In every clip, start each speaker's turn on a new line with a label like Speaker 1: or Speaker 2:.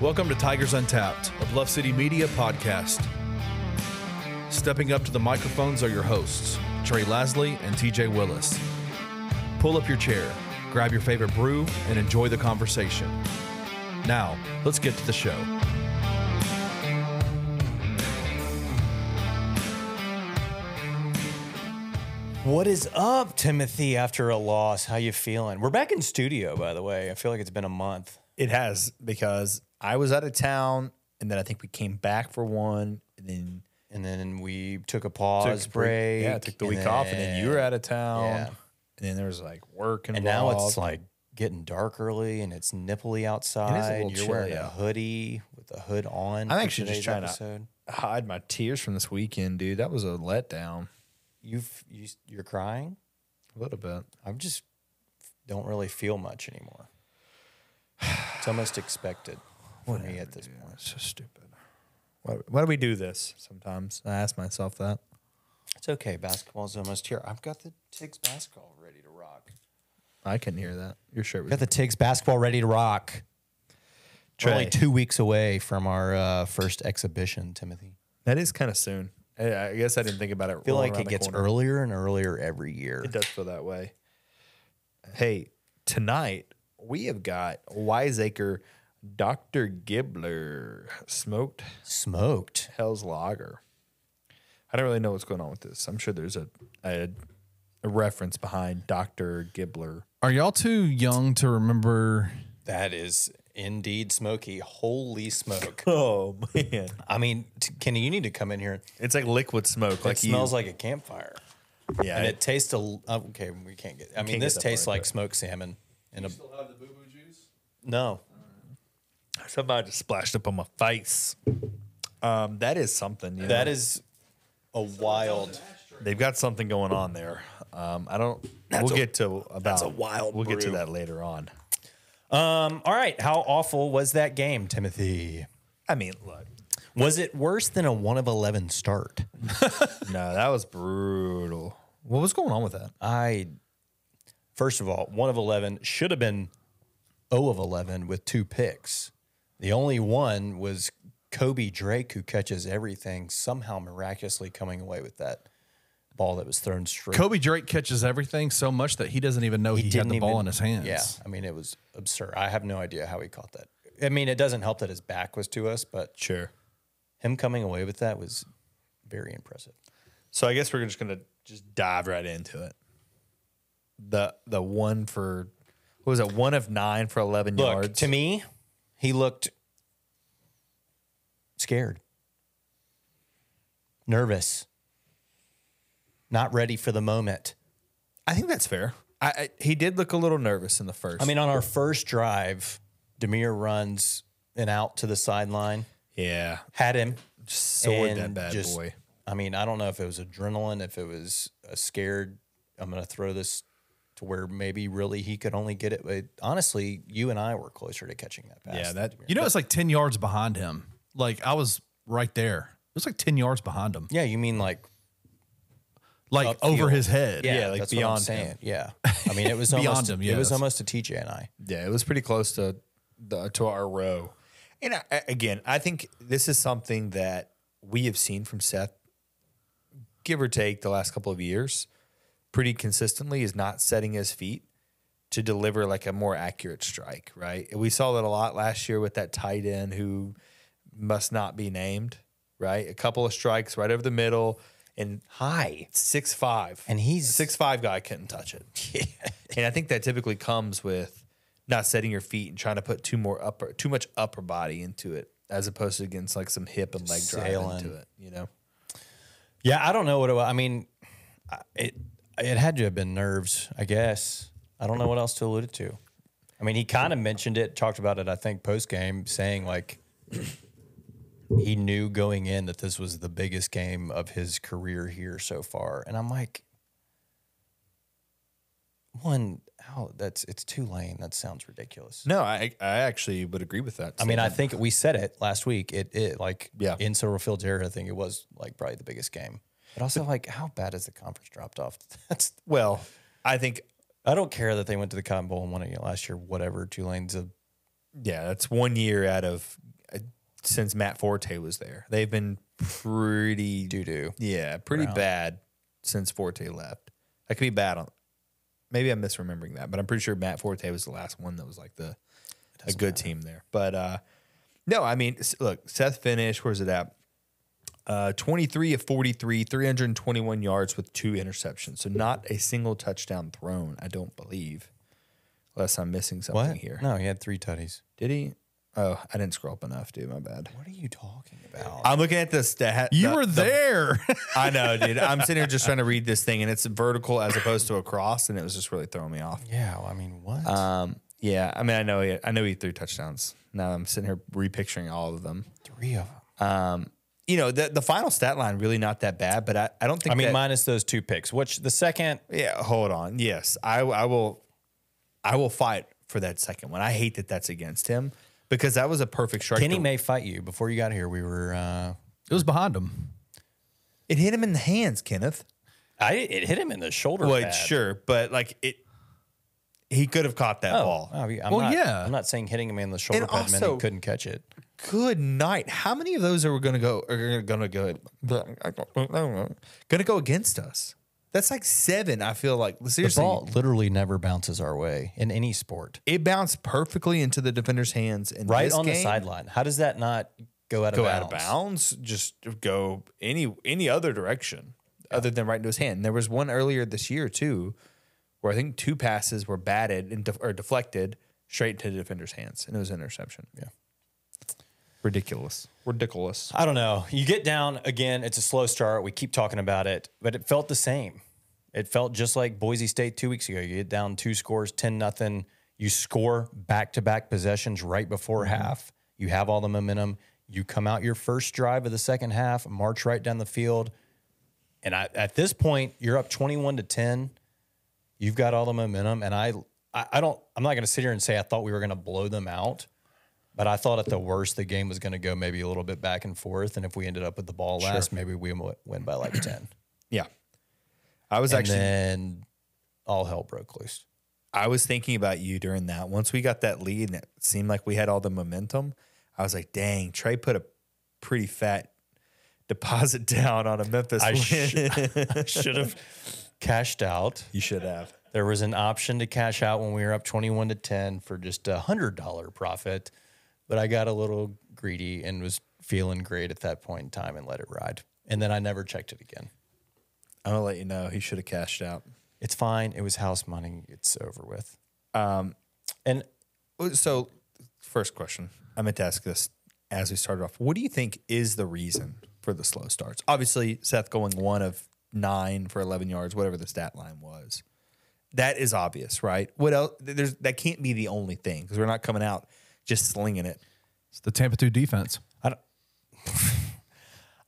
Speaker 1: Welcome to Tigers Untapped, a Bluff City Media podcast. Stepping up to the microphones are your hosts, Trey Lasley and TJ Willis. Pull up your chair, grab your favorite brew, and enjoy the conversation. Now, let's get to the show.
Speaker 2: What is up, Timothy? After a loss, how you feeling? We're back in studio, by the way. I feel like it's been a month.
Speaker 3: It has because I was out of town, and then I think we came back for one, and then
Speaker 2: And then we took a pause
Speaker 3: took a
Speaker 2: break.
Speaker 3: Yeah, took the week off, and then you were out of town,
Speaker 2: yeah.
Speaker 3: and then there was like work involved.
Speaker 2: And now it's like getting dark early, and it's nippily outside.
Speaker 3: little
Speaker 2: You're wearing
Speaker 3: chilly
Speaker 2: a
Speaker 3: out.
Speaker 2: hoodie with a hood on.
Speaker 3: I'm
Speaker 2: for
Speaker 3: actually just
Speaker 2: today's
Speaker 3: trying
Speaker 2: episode.
Speaker 3: to hide my tears from this weekend, dude. That was a letdown,
Speaker 2: You've you, you're crying.
Speaker 3: a little bit.
Speaker 2: I just don't really feel much anymore. It's almost expected for me at this point.
Speaker 3: It's so stupid. Why, why do we do this sometimes? I ask myself that.
Speaker 2: It's okay. Basketball's almost here. I've got the Tiggs basketball ready to rock.
Speaker 3: I couldn't hear that. Your shirt was
Speaker 2: Got the Tiggs basketball ready to rock. We're only
Speaker 3: Trey.
Speaker 2: two weeks away from our uh, first exhibition, Timothy.
Speaker 3: that is kind of soon. I, I guess I didn't think about it.
Speaker 2: I feel
Speaker 3: rolling
Speaker 2: like
Speaker 3: around
Speaker 2: it
Speaker 3: the
Speaker 2: gets
Speaker 3: corner.
Speaker 2: earlier and earlier every year.
Speaker 3: It does feel that way. Hey, tonight we have got Wiseacre Dr. Gibbler smoked
Speaker 2: Smoked.
Speaker 3: Hell's Lager. I don't really know what's going on with this. I'm sure there's a a, a reference behind Dr. Gibbler.
Speaker 1: Are y'all too young to remember?
Speaker 2: That is indeed smoky. Holy smoke.
Speaker 3: Oh man,
Speaker 2: I mean, t- Kenny, you need to come in here.
Speaker 3: it's like liquid smoke.
Speaker 2: It
Speaker 3: Like
Speaker 2: smells like a campfire.
Speaker 3: like yeah.
Speaker 2: And it tastes, a, l- oh, okay, we can't get, I mean,
Speaker 3: get
Speaker 2: this
Speaker 3: that
Speaker 2: tastes
Speaker 3: far,
Speaker 2: like
Speaker 3: but-
Speaker 2: smoked salmon. And a,
Speaker 1: Still have the boo boo juice?
Speaker 2: no,
Speaker 3: somebody just splashed up on my face. Um, that is something. You
Speaker 2: that
Speaker 3: know?
Speaker 2: is a wild.
Speaker 3: They've got something going on there. Um, I don't. we'll
Speaker 2: a-
Speaker 3: get to about. That's
Speaker 2: a wild
Speaker 3: We'll get to
Speaker 2: brew.
Speaker 3: that later on.
Speaker 2: Um, all right. How awful was that game, Timothy?
Speaker 3: I mean, look.
Speaker 2: Was it worse than a one of eleven start?
Speaker 3: No, that was brutal. What was going on with that?
Speaker 2: I first of all, one of eleven should have been O of eleven with two picks. The only one was Kobe Drake, who catches everything, somehow miraculously coming away with that ball that was thrown straight.
Speaker 1: Kobe Drake catches everything so much that he doesn't even know he, had the ball
Speaker 2: even-
Speaker 1: in his hands.
Speaker 2: Yeah, I mean it was absurd. I have no idea how he caught that. I mean, it doesn't help that his back was to us, but
Speaker 3: Sure.
Speaker 2: him coming away with that was very impressive.
Speaker 3: So I guess we're just gonna just dive right into it. The the one for what was it? One of nine for eleven
Speaker 2: Look,
Speaker 3: yards.
Speaker 2: to me, he looked scared, nervous, not ready for the moment.
Speaker 3: I think that's fair. I, I he did look a little nervous in the first.
Speaker 2: I mean, on our first drive, Demir runs an out to the sideline,
Speaker 3: yeah,
Speaker 2: had him.
Speaker 3: soared that
Speaker 2: and
Speaker 3: bad
Speaker 2: just-
Speaker 3: boy.
Speaker 2: I mean, I don't know if it was adrenaline, if it was a scared, I'm going to throw this to where maybe really he could only get it. But honestly, you and I were closer to catching that pass.
Speaker 3: Yeah,
Speaker 2: than
Speaker 3: that
Speaker 2: Demir.
Speaker 1: You know, it's like 10 yards behind him. Like, I was right there. It was like 10 yards behind him,
Speaker 2: Yeah, you mean like
Speaker 1: like over
Speaker 2: Upfield.
Speaker 1: his head.
Speaker 2: Yeah,
Speaker 3: Yeah, like
Speaker 2: that's
Speaker 3: beyond him.
Speaker 2: what I'm saying. Yeah, I mean, it was
Speaker 1: Beyond
Speaker 2: almost,
Speaker 1: him,
Speaker 2: It
Speaker 1: yeah,
Speaker 2: was
Speaker 1: that's-
Speaker 2: almost a TJ and I.
Speaker 3: Yeah, it was pretty close to the to our row. And I, I- again, I think this is something that we have seen from Seth, give or take, the last couple of years, pretty consistently is not setting his feet to deliver like a more accurate strike. Right, we saw that a lot last year with that tight end who must not be named. Right, a couple of strikes right over the middle and high six five,
Speaker 2: And he's-
Speaker 3: six five guy couldn't touch it. and I think that typically comes with not setting your feet and trying to put too more upper, too much upper body into it, as opposed to against like some hip and leg drive
Speaker 2: sailing.
Speaker 3: into it. You know,
Speaker 2: Yeah, I don't know what it was. I mean, I- it it had to have been nerves, I guess. I don't know what else to allude it to. I mean, he kind of mentioned it, talked about it, I think, post game, saying like he knew going in that this was the biggest game of his career here so far, and I'm like, one, how that's it's two lane. That sounds ridiculous.
Speaker 3: no, I I actually would agree with that.
Speaker 2: I mean, I think we said it last week. It, it like
Speaker 3: Yeah.
Speaker 2: in Silver Fields era, I think it was like probably the biggest game. But also, like, how bad is the conference dropped off? That's
Speaker 3: well, I think
Speaker 2: I don't care that they went to the Cotton Bowl and won it last year. Whatever, Tulane's a
Speaker 3: yeah, that's one year out of uh, since Matt Forte was there. They've been pretty
Speaker 2: Doo doo.
Speaker 3: yeah, pretty bad since Forte left. That could be bad on. Maybe I'm misremembering that, but I'm pretty sure Matt Forte was the last one that was like the a good team there. But uh no, I mean, s- look, Seth finished. Where's it at? Uh, 23 of 43, 321 yards with two interceptions. So not a single touchdown thrown, I don't believe. Unless I'm missing something
Speaker 2: What?
Speaker 3: here.
Speaker 2: No, he had three tutties.
Speaker 3: Did he? Oh, I didn't scroll up enough, dude. My bad.
Speaker 2: What are you talking about?
Speaker 3: I'm looking at the stat.
Speaker 1: You
Speaker 3: the-
Speaker 1: were
Speaker 3: the-
Speaker 1: there.
Speaker 3: I know, dude. I'm sitting here just trying to read this thing, and it's vertical as opposed to across, and it was just really throwing me off.
Speaker 2: yeah, well, I mean, what?
Speaker 3: Um, yeah, I mean, I know, he, I know he threw touchdowns. Now I'm sitting here repicturing all of them.
Speaker 2: three of them.
Speaker 3: Um, you know, the the final stat line really not that bad, but I, I don't think.
Speaker 2: I mean,
Speaker 3: that-
Speaker 2: minus those two picks, which the second,
Speaker 3: Yeah, hold on. Yes, I I will, I will fight for that second one. I hate that that's against him because that was a perfect strike.
Speaker 2: Kenny
Speaker 3: to-
Speaker 2: may fight you. Before you got here, we were. Uh,
Speaker 1: it was behind him.
Speaker 3: it hit him in the hands, Kenneth.
Speaker 2: I it hit him in the shoulder.
Speaker 3: Well,
Speaker 2: pad.
Speaker 3: sure, but like it, he could have caught that ball.
Speaker 2: Oh, yeah, I'm
Speaker 1: Well,
Speaker 2: not,
Speaker 1: yeah.
Speaker 2: I'm not saying hitting him in the shoulder
Speaker 3: And
Speaker 2: pad meant
Speaker 3: also-
Speaker 2: he couldn't catch it.
Speaker 3: Good night. How many of those are going to go? Are going to go? Going to go against us? That's like seven. I feel like
Speaker 2: The
Speaker 3: seriously,
Speaker 2: ball literally never bounces our way in any sport.
Speaker 3: it bounced perfectly into the defender's hands and
Speaker 2: Right on the sideline. How does that not go out of
Speaker 3: Go
Speaker 2: bounds?
Speaker 3: out of bounds. Just go any any other direction other than right into his hand. And there was one earlier this year too, where I think two passes were batted and def- or deflected straight into the defender's hands, and it was an interception. Yeah, ridiculous, ridiculous.
Speaker 2: I don't know. You get down again. It's a slow start. We keep talking about it, but it felt the same. It felt just like Boise State two weeks ago. You get down two scores, ten nothing. You score back to back possessions right before half. You have all the momentum. You come out your first drive of the second half, march right down the field, and I, at this point you're up twenty one to ten. You've got all the momentum, and I, I, I don't. I'm not going to sit here and say I thought we were going to blow them out. But I thought at the worst the game was going to go maybe a little bit back and forth, and if we ended up with the ball last, maybe we mo- win by like ten.
Speaker 3: Yeah, I was
Speaker 2: and
Speaker 3: actually
Speaker 2: then all hell broke loose.
Speaker 3: I was thinking about you during that. Once we got that lead and it seemed like we had all the momentum, I was like, dang, Trey put a pretty fat deposit down on a Memphis
Speaker 2: I
Speaker 3: win.
Speaker 2: sh- Should have cashed out.
Speaker 3: you should have.
Speaker 2: There was an option to cash out when we were up twenty-one to ten for just a hundred dollar profit, but I got a little greedy and was feeling great at that point in time and let it ride. And then I never checked it again.
Speaker 3: I'm gonna let you know he should have cashed out.
Speaker 2: It's fine. It was house money. It's over with. Um, and
Speaker 3: So, first question. I meant to ask this as we started off. What do you think is the reason for the slow starts? Obviously, Seth going one of nine for 11 yards, whatever the stat line was. That is obvious, right? What else? There's that can't be the only thing because we're not coming out just slinging it.
Speaker 1: It's the Tampa 2 defense.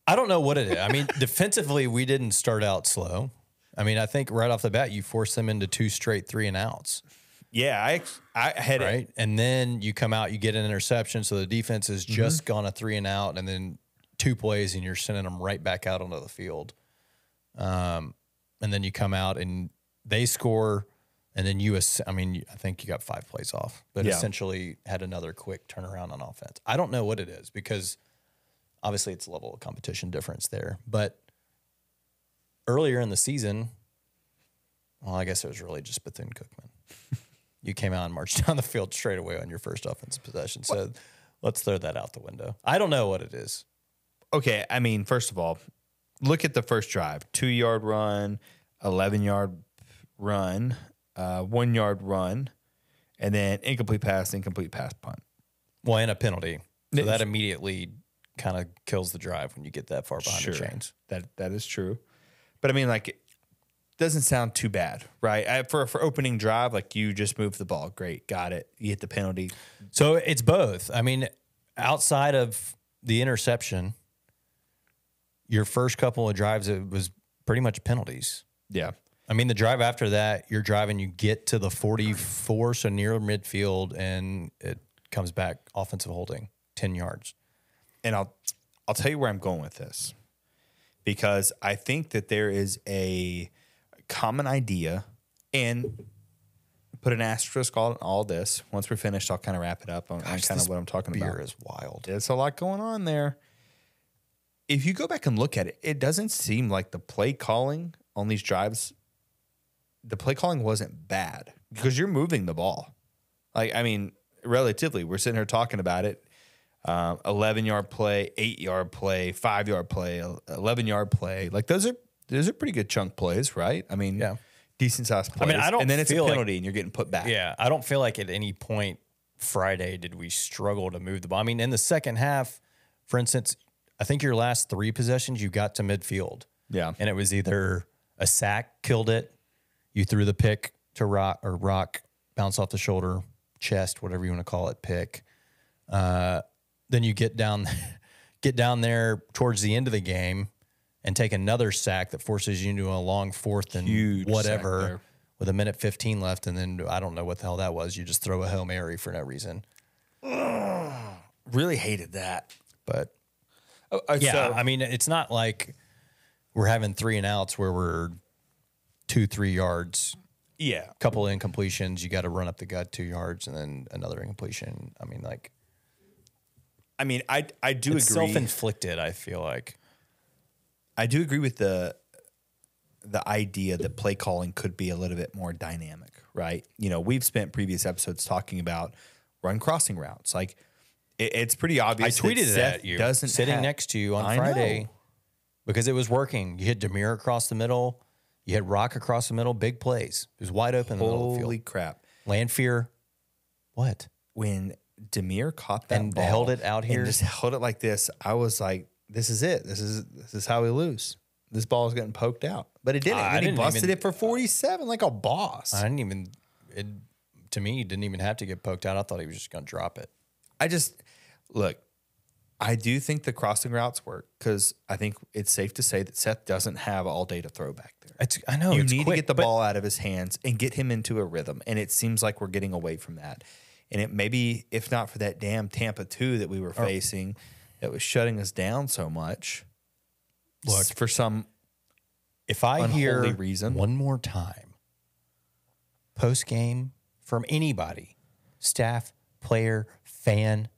Speaker 2: I don't know what it is. I mean, defensively, we didn't start out slow. I mean, I think right off the bat, you force them into two straight three and outs,
Speaker 3: Yeah, I ex- I had it.
Speaker 2: right? And then you come out, you get an interception. So the defense has just gone a three and out, and then two plays, and you're sending them right back out onto the field. Um, and then you come out and they score, and then you, ass- I mean, I think you got five plays off, but
Speaker 3: Yeah.
Speaker 2: essentially had another quick turnaround on offense. I don't know what it is because obviously it's level of competition difference there. But earlier in the season, well, I guess it was really just Bethune Cookman. you came out and marched down the field straight away on your first offensive possession. So let's throw that out the window. I don't know what it is.
Speaker 3: Okay, I mean, first of all, look at the first drive: two yard run, eleven yard run, uh, one yard run, and then incomplete pass, incomplete pass, punt.
Speaker 2: Well, and a penalty. So that immediately kind of kills the drive when you get that far behind the
Speaker 3: Sure.
Speaker 2: chains.
Speaker 3: That that is true, but I mean, like, it doesn't sound too bad, right? I, for for opening drive, like you just moved the ball, great, got it. You hit the penalty.
Speaker 2: So it's both. I mean, outside of the interception, your first couple of drives, it was pretty much penalties.
Speaker 3: Yeah,
Speaker 2: I mean, the drive after that, you're driving, you get to the 44, so near midfield, and it comes back offensive holding, 10 yards.
Speaker 3: and I'll I'll tell you where I'm going with this because I think that there is a common idea and put an asterisk on all this. Once we're finished, I'll kind of wrap it up on,
Speaker 2: Gosh,
Speaker 3: kind
Speaker 2: this
Speaker 3: of what I'm talking
Speaker 2: beer
Speaker 3: about.
Speaker 2: is wild.
Speaker 3: There's a lot going on there. If you go back and look at it, it doesn't seem like the play calling on these drives, the play calling wasn't bad because you're moving the ball. Like, I mean, relatively, we're sitting here talking about it. Um, 11 yard play, eight yard play, five yard play, 11 yard play. Like, those are, those are pretty good chunk plays, right? I mean,
Speaker 2: Yeah.
Speaker 3: Decent sized
Speaker 2: mean,
Speaker 3: plays.
Speaker 2: I don't
Speaker 3: and then it's a
Speaker 2: feel like-
Speaker 3: penalty and you're getting put back.
Speaker 2: Yeah, I don't feel like at any point Friday did we struggle to move the ball. I mean, in the second half, for instance, I think your last three possessions you got to midfield.
Speaker 3: Yeah.
Speaker 2: and it was either a sack killed it, you threw the pick to rock or rock bounce off the shoulder, chest, whatever you want to call it, pick. Uh, then you get down, get down there towards the end of the game, and take another sack that forces you into a long fourth and
Speaker 3: Huge sack
Speaker 2: whatever
Speaker 3: there.
Speaker 2: with a minute 15 left and then i don't know what the hell that was you just throw a hail mary for no reason
Speaker 3: Really hated that.
Speaker 2: but
Speaker 3: Uh, uh,
Speaker 2: yeah
Speaker 3: so-
Speaker 2: i mean it's not like we're having three and outs where we're two three yards
Speaker 3: yeah.
Speaker 2: couple of incompletions you got to run up the gut two yards and then another incompletion i mean like
Speaker 3: I mean, I I do
Speaker 2: it's
Speaker 3: agree.
Speaker 2: self-inflicted i feel like
Speaker 3: I do agree with the the idea that play calling could be a little bit more dynamic, right? You know, we've spent previous episodes talking about run crossing routes. Like, it, it's pretty
Speaker 2: i
Speaker 3: obvious. that
Speaker 2: tweeted it
Speaker 3: Seth
Speaker 2: at you
Speaker 3: Doesn't
Speaker 2: sitting
Speaker 3: have-
Speaker 2: next to you on
Speaker 3: I
Speaker 2: friday
Speaker 3: know.
Speaker 2: because it was working you hit demir across the middle you hit rock across the middle big plays it was wide open in the middle of the field
Speaker 3: Holy crap!
Speaker 2: Landfear. What?
Speaker 3: When Demir caught that
Speaker 2: And
Speaker 3: ball
Speaker 2: held it out here?
Speaker 3: and just held it like this, I was like, "This is it. This is this is how we lose. This ball is getting poked out." But it didn't.
Speaker 2: I
Speaker 3: And he
Speaker 2: didn't
Speaker 3: busted
Speaker 2: even-
Speaker 3: it for forty-seven like a boss.
Speaker 2: I didn't even. It to me it didn't even have to get poked out. I thought he was just going to drop it.
Speaker 3: I just look. I do think the crossing routes work because I think it's safe to say that Seth doesn't have all day to throw back there.
Speaker 2: It's, I know
Speaker 3: you
Speaker 2: it's
Speaker 3: need
Speaker 2: quick,
Speaker 3: to get the
Speaker 2: but
Speaker 3: ball out of his hands and get him into a rhythm, and it seems like we're getting away from that. And it maybe if not for that damn Tampa two that we were
Speaker 2: Oh.
Speaker 3: facing, that was shutting us down so much.
Speaker 2: Look.
Speaker 3: for some
Speaker 2: If I hear
Speaker 3: unholy reason.
Speaker 2: one more time, post game from anybody, staff, player, fan,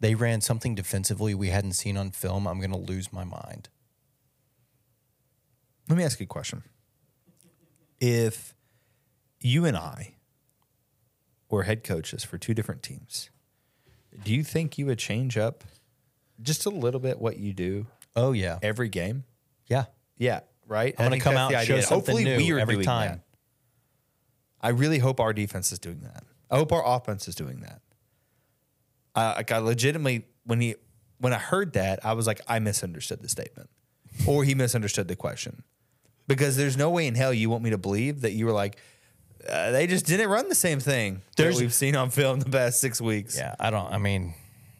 Speaker 2: they ran something defensively we hadn't seen on film. I'm going to lose my mind.
Speaker 3: Let me ask you a question. If you and I were head coaches for two different teams, do you think you would change up just a little bit what you do
Speaker 2: Oh yeah,
Speaker 3: every game?
Speaker 2: yeah.
Speaker 3: Yeah, right.
Speaker 2: I'm
Speaker 3: I
Speaker 2: going
Speaker 3: think
Speaker 2: to come
Speaker 3: that's
Speaker 2: out
Speaker 3: the
Speaker 2: and show
Speaker 3: idea.
Speaker 2: something
Speaker 3: Hopefully
Speaker 2: new
Speaker 3: we are
Speaker 2: every
Speaker 3: doing
Speaker 2: time.
Speaker 3: that. I really hope our defense is doing that. I hope our offense is doing that. Uh, like I legitimately, when he, when I heard that, I was like, I misunderstood the statement, or he misunderstood the question, because there's no way in hell you want me to believe that you were like, uh, they just didn't run the same thing that we've seen on film the past six weeks.
Speaker 2: Yeah, I don't. I mean,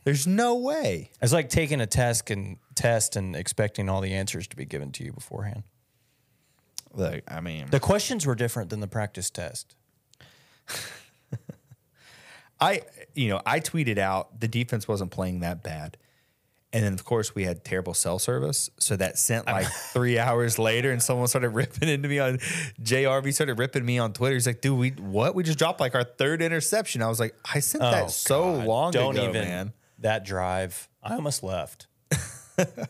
Speaker 3: There's no way.
Speaker 2: It's like taking a test and test and expecting all the answers to be given to you beforehand.
Speaker 3: Like I mean,
Speaker 2: The questions were different than the practice test.
Speaker 3: I you know I tweeted out the defense wasn't playing that bad, and then of course we had terrible cell service, so that sent like three hours later, and someone started ripping into me on JRV started ripping me on Twitter. He's like, "Dude, we what? We just dropped like our third interception." I was like, "I sent
Speaker 1: Oh,
Speaker 3: that so long
Speaker 2: Oh, Don't
Speaker 3: ago,
Speaker 2: even
Speaker 3: man."
Speaker 2: that drive. I almost left.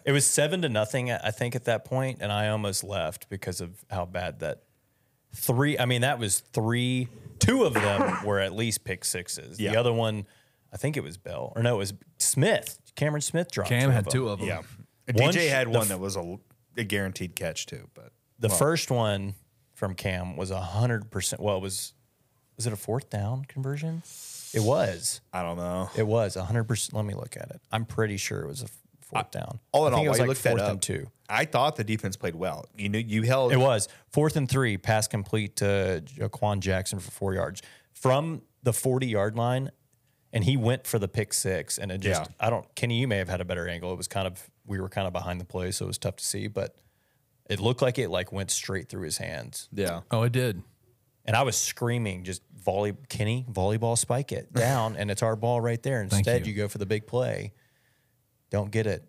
Speaker 2: it was seven to nothing, I think, at that point, and I almost left because of how bad that three. I mean, that was three. Two of them were at least pick sixes. The
Speaker 3: Yeah.
Speaker 2: other one, I think it was Bell, or no, it was Smith. Cameron Smith dropped.
Speaker 1: Cam had
Speaker 2: them.
Speaker 1: two of them.
Speaker 3: Yeah,
Speaker 2: One
Speaker 3: DJ
Speaker 2: sh-
Speaker 3: had
Speaker 2: the
Speaker 3: one
Speaker 2: f-
Speaker 3: that was a, a guaranteed catch too, but
Speaker 2: The first one from Cam was hundred percent. Well, it was was it a fourth down conversion? It was.
Speaker 3: I don't know.
Speaker 2: It was hundred percent. Let me look at it. I'm pretty sure it was a f- fourth down.
Speaker 3: All in
Speaker 2: I
Speaker 3: all,
Speaker 2: think it was
Speaker 3: while
Speaker 2: like
Speaker 3: you looked that
Speaker 2: fourth
Speaker 3: up,
Speaker 2: and two.
Speaker 3: I thought the defense played well. You knew you held
Speaker 2: It was fourth and three. Pass complete to Jaquan Jackson for four yards from the forty yard line, and he went for the pick six. And it just
Speaker 3: Yeah.
Speaker 2: I don't. Kenny, you may have had a better angle. It was kind of we were kind of behind the play, so it was tough to see, but. It looked like it like went straight through his hands.
Speaker 3: yeah.
Speaker 1: Oh, I did.
Speaker 2: And I was screaming, just volley, Kenny, volleyball, spike it down, and it's our ball right there. Instead, you.
Speaker 1: you.
Speaker 2: go for the big play. Don't get it.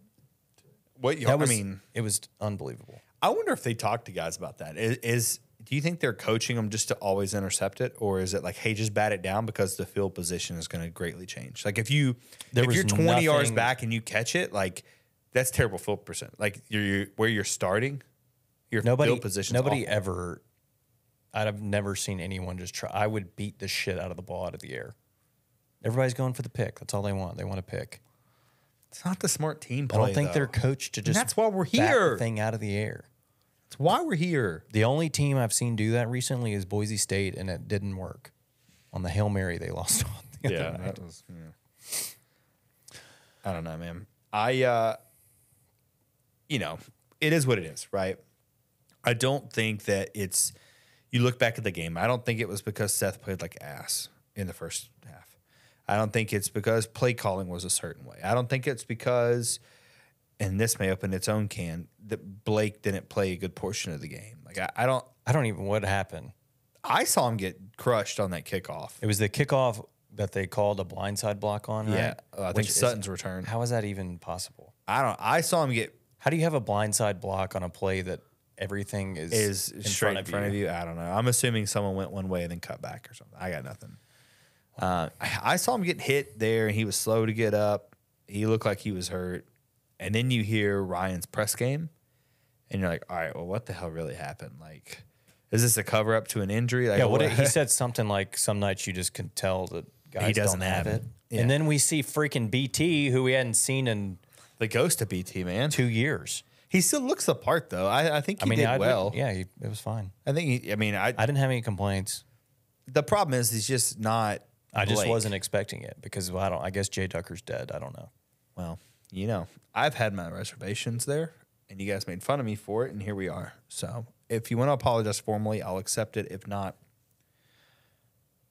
Speaker 3: What you,
Speaker 2: That was,
Speaker 3: I mean,
Speaker 2: it was unbelievable.
Speaker 3: I wonder if they talk to guys about that. Is, is do you think they're coaching them just to always intercept it, or is it like, hey, just bat it down because the field position is going to greatly change? Like if you
Speaker 2: There
Speaker 3: if
Speaker 2: was
Speaker 3: you're 20 yards
Speaker 2: nothing-
Speaker 3: back and you catch it, like that's terrible field percent. Like you're, you're where you're starting, your
Speaker 2: Nobody,
Speaker 3: field position.
Speaker 2: nobody ever. I've never seen anyone just try. I would beat the shit out of the ball out of the air. Everybody's going for the pick. That's all they want. They want a pick.
Speaker 3: It's not the smart team
Speaker 2: I
Speaker 3: play.
Speaker 2: don't think they're
Speaker 3: though.
Speaker 2: coached to just.
Speaker 3: that's why we're
Speaker 2: bat the
Speaker 3: here.
Speaker 2: thing out of the air.
Speaker 3: It's why we're here.
Speaker 2: The only team I've seen do that recently is Boise State, and it didn't work. On the hail mary they lost on. The other night.
Speaker 3: that was. yeah. I don't know, man. I, uh, you know, it is what it is, right? I don't think that it's. You look back at the game. I don't think it was because Seth played like ass in the first half. I don't think it's because play calling was a certain way. I don't think it's because, and this may open its own can that Blake didn't play a good portion of the game. Like I, I don't.
Speaker 2: I don't even what happened.
Speaker 3: I saw him get crushed on that kickoff.
Speaker 2: It was the kickoff that they called a blindside block on.
Speaker 3: Yeah,
Speaker 2: right?
Speaker 3: uh, I think
Speaker 2: Which is-
Speaker 3: Sutton's return.
Speaker 2: How is that even possible?
Speaker 3: I don't. I saw him get
Speaker 2: How do you have a blindside block on a play that everything is
Speaker 3: is
Speaker 2: in
Speaker 3: straight
Speaker 2: front
Speaker 3: in front of you. I don't know. I'm assuming someone went one way and then cut back or something. I got nothing. Uh, I I saw him get hit there, and he was slow to get up. He looked like he was hurt. And then you hear Ryan's press game, and you're like, "All right, well, what the hell really happened? Like, is this a cover up to an injury? Like,
Speaker 2: Yeah, what did- he said something like some nights you just can tell that guys
Speaker 3: doesn't
Speaker 2: don't have
Speaker 3: have
Speaker 2: it.
Speaker 3: it. Yeah.
Speaker 2: And then we see freaking BT who we hadn't seen in
Speaker 3: the ghost of BT man.
Speaker 2: two years.
Speaker 3: He still looks the part, though. I, I think he
Speaker 2: I mean,
Speaker 3: did
Speaker 2: I
Speaker 3: well.
Speaker 2: yeah, he, it was fine.
Speaker 3: I think. He, I mean, I,
Speaker 2: I didn't have any complaints.
Speaker 3: The problem is, he's just not.
Speaker 2: I just
Speaker 3: Blake.
Speaker 2: wasn't expecting it because well, I don't. I guess Jay Ducker's dead. I don't know.
Speaker 3: Well, you know, I've had my reservations there, and you guys made fun of me for it, and here we are. So if you want to apologize formally, I'll accept it. If not,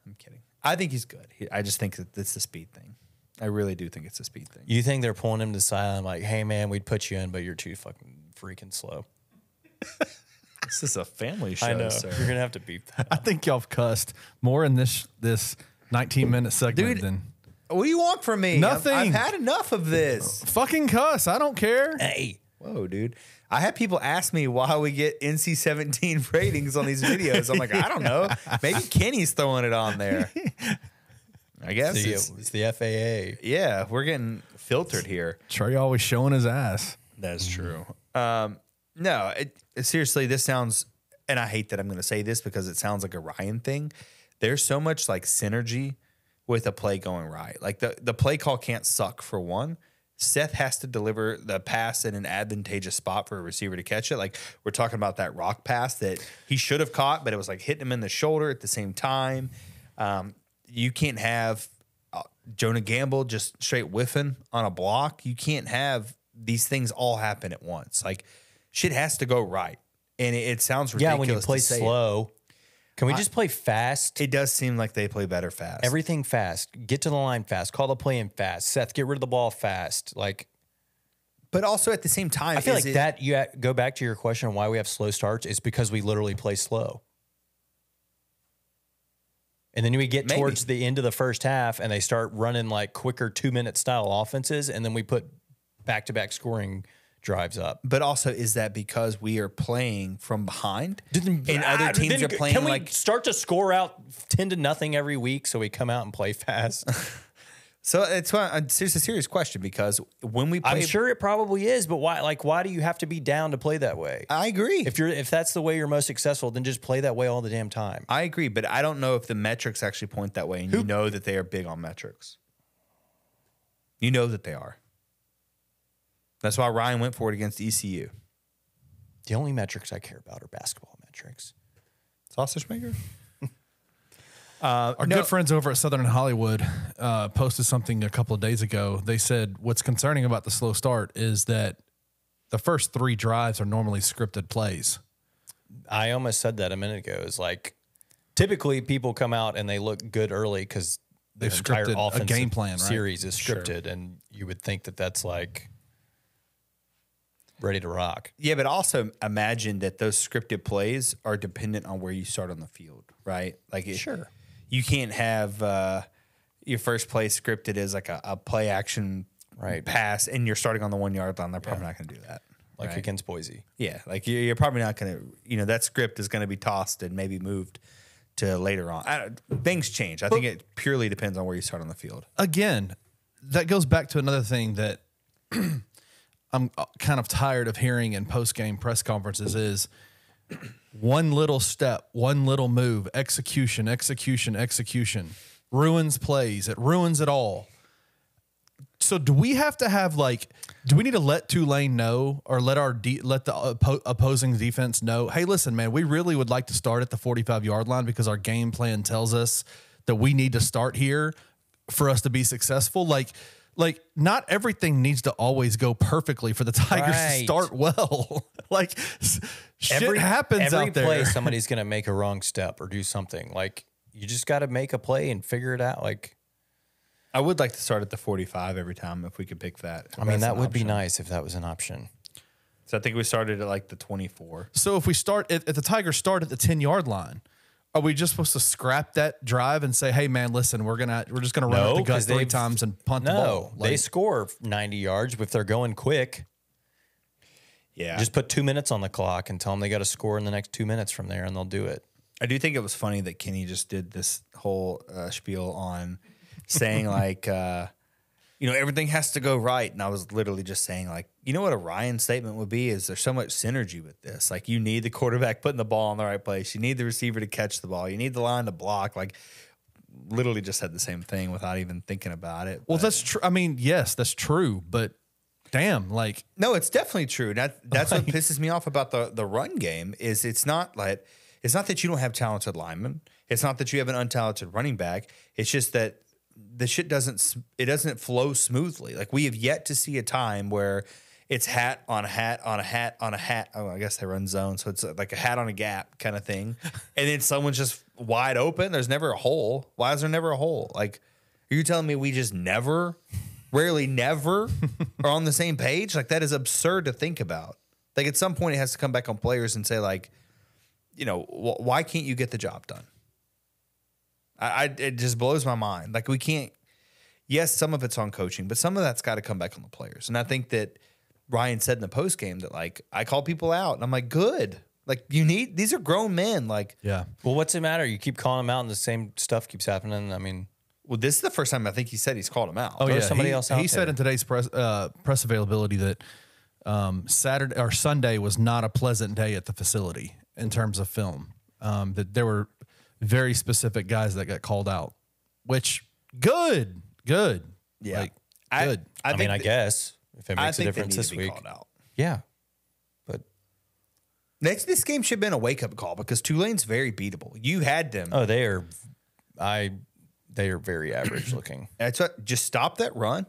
Speaker 3: I'm kidding. I think he's good. He, I just think that it's the speed thing. I really do think it's the speed thing.
Speaker 2: You think they're pulling him to the sideline like, "Hey man, we'd put you in, but you're too fucking freaking slow."
Speaker 3: This is a family show,
Speaker 2: I know. You're gonna have to beat that.
Speaker 4: I think y'all have cussed more in this this 19 minute segment
Speaker 3: Dude.
Speaker 4: than
Speaker 3: What do you want from me? I've- I've,
Speaker 4: Nothing.
Speaker 3: had enough of this.
Speaker 4: fucking cuss. I don't care.
Speaker 3: Eh.
Speaker 2: hey,
Speaker 3: Whoa, dude. I had people ask me why we get NC 17 ratings on these videos. I'm like, I don't know. Maybe Kenny's throwing it on there. I guess.
Speaker 2: the,
Speaker 3: it's-
Speaker 2: it's the FAA.
Speaker 3: Yeah, we're getting filtered here.
Speaker 4: Trey always showing his ass.
Speaker 3: That's true. Um, no, it, it- seriously, this sounds, and I hate that I'm going to say this because it sounds like a Ryan thing. There's so much like synergy with a play going right. Like the, the play call can't suck for one. Seth has to deliver the pass in an advantageous spot for a receiver to catch it. Like we're talking about that rock pass that he should have caught, but it was like hitting him in the shoulder at the same time. Um, you can't have uh, Jonah Gamble just straight whiffing on a block. You can't have these things all happen at once. Like shit has to go right, and it, it sounds
Speaker 2: Yeah,
Speaker 3: ridiculous.
Speaker 2: when you play
Speaker 3: to say it.
Speaker 2: slow, can we just play fast?
Speaker 3: it does seem like they play better fast.
Speaker 2: Everything fast. Get to the line fast. Call the play in fast. Seth, get rid of the ball fast. Like
Speaker 3: but also at the same time,
Speaker 2: I feel
Speaker 3: is
Speaker 2: like
Speaker 3: it-
Speaker 2: that. You ha- go back to your question on why we have slow starts. It's because we literally play slow. And then we get
Speaker 3: Maybe.
Speaker 2: towards the end of the first half, and they start running like quicker two minute style offenses, and then we put back to back scoring drives up.
Speaker 3: But also, is that because we are playing from behind, and
Speaker 2: Ah,
Speaker 3: other teams
Speaker 2: then
Speaker 3: are playing
Speaker 2: Can we
Speaker 3: like
Speaker 2: start to score out ten to nothing every week, so we come out and play fast?
Speaker 3: So it's why- it's a serious question because when we play,
Speaker 2: I'm sure it probably is, but why? Like, why do you have to be down to play that way?
Speaker 3: I agree.
Speaker 2: If you're if that's the way you're most successful, then just play that way all the damn time.
Speaker 3: I agree, but I don't know if the metrics actually point that way, and you know that they are big on metrics. You know that they are. That's why Ryan went for it against E ECU.
Speaker 2: The only metrics I care about are basketball metrics.
Speaker 3: Sausage maker.
Speaker 4: Our good friends over at Southern Hollywood uh, posted something a couple of days ago. They said what's concerning about the slow start is that the first three drives are normally scripted plays.
Speaker 2: I almost said that a minute ago. Is like typically people come out and they look good early because the
Speaker 4: They've
Speaker 2: entire
Speaker 4: scripted a
Speaker 2: offensive
Speaker 4: game plan, right?
Speaker 2: series is scripted, and you would think that that's like ready to rock.
Speaker 3: Yeah, but also imagine that those scripted plays are dependent on where you start on the field, right? Like, it,
Speaker 2: Sure.
Speaker 3: you can't have uh, your first play scripted as like a, a play action
Speaker 2: Right.
Speaker 3: pass, and you're starting on the one yard line. They're probably not going to do that,
Speaker 2: like against Boise.
Speaker 3: Yeah, like you- you're probably not going to, you know, that script is going to be tossed and maybe moved to later on. I, don't- things change. I think it purely depends on where you start on the field.
Speaker 4: again, that goes back to another thing that I'm kind of tired of hearing in post game press conferences is one little step, one little move, execution, execution, execution ruins plays. It ruins it all. So do we have to have like do we need to let Tulane know or let our de- let the oppo- opposing defense know, "Hey, listen man, we really would like to start at the 45-yard line because our game plan tells us that we need to start here for us to be successful." Like like not everything needs to always go perfectly for the Tigers to
Speaker 2: Right.
Speaker 4: start well. like s- shit happens
Speaker 2: every
Speaker 4: out there.
Speaker 2: play somebody's gonna make a wrong step or do something. Like you just gotta make a play and figure it out. Like
Speaker 3: I would like to start at the 45 every time if we could pick that.
Speaker 2: I mean, that would be nice if that was an option.
Speaker 3: So I think we started at like the 24.
Speaker 4: So if we start if, if the Tigers start at the 10 yard line, are we just supposed to scrap that drive and say, hey man, listen, we're gonna we're just gonna run up the gut
Speaker 2: 'cause
Speaker 4: three
Speaker 2: they've-
Speaker 4: times and punt the
Speaker 2: No,
Speaker 4: ball? Like,
Speaker 2: they score 90 yards if they're going quick.
Speaker 3: Yeah.
Speaker 2: Just put two minutes on the clock and tell them they got to score in the next two minutes from there, and they'll do it.
Speaker 3: I do think it was funny that Kenny just did this whole uh, spiel on saying like, uh, you know, everything has to go right, and I was literally just saying like, you know what a Ryan statement would be is there's so much synergy with this. Like, you need the quarterback putting the ball in the right place, you need the receiver to catch the ball, you need the line to block. Like, literally just said the same thing without even thinking about it.
Speaker 4: well,
Speaker 3: but-
Speaker 4: that's true. I mean, yes, that's true, but damn, like
Speaker 3: no, it's definitely true. That that's what pisses me off about the the run game is it's not like it's not that you don't have talented linemen. It's not that you have an untalented running back. It's just that the shit doesn't s- it doesn't flow smoothly. Like we have yet to see a time where it's hat on a hat on a hat on a hat. Oh, I guess they run zone, so it's like a hat on a gap kind of thing. And then someone's just wide open. There's never a hole. Why is there never a hole? Like, are you telling me we just never rarely never are on the same page. Like that is absurd to think about. Like at some point, it has to come back on players and say, like, you know, wh- why can't you get the job done? I, I it just blows my mind. Like we can't. Yes, some of it's on coaching, but some of that's got to come back on the players. And I think that Ryan said in the post game that like I call people out, and I'm like, good. Like you need these are grown men. Like
Speaker 4: yeah.
Speaker 2: Well, what's the matter? You keep calling them out, and the same stuff keeps happening. I mean,
Speaker 3: well, this is the first time I think he said he's called him out.
Speaker 2: Throw somebody
Speaker 4: he,
Speaker 2: else
Speaker 4: He
Speaker 2: out
Speaker 4: said
Speaker 2: there.
Speaker 4: in today's press uh, press availability that um, Saturday or Sunday was not a pleasant day at the facility in terms of film. Um, that there were very specific guys that got called out, which good, good,
Speaker 3: Yeah.
Speaker 4: like,
Speaker 3: I-
Speaker 4: good.
Speaker 2: I,
Speaker 3: think
Speaker 2: mean, I
Speaker 3: th-
Speaker 2: guess if it
Speaker 3: I
Speaker 2: makes a
Speaker 3: think they
Speaker 2: difference
Speaker 3: need
Speaker 2: this
Speaker 3: to be
Speaker 2: week,
Speaker 3: called out.
Speaker 2: yeah. But
Speaker 3: Next, this game should have been a wake up call because Tulane's very beatable. You had them.
Speaker 2: oh, they are, I, they are very average looking.
Speaker 3: That's what, just stop that run.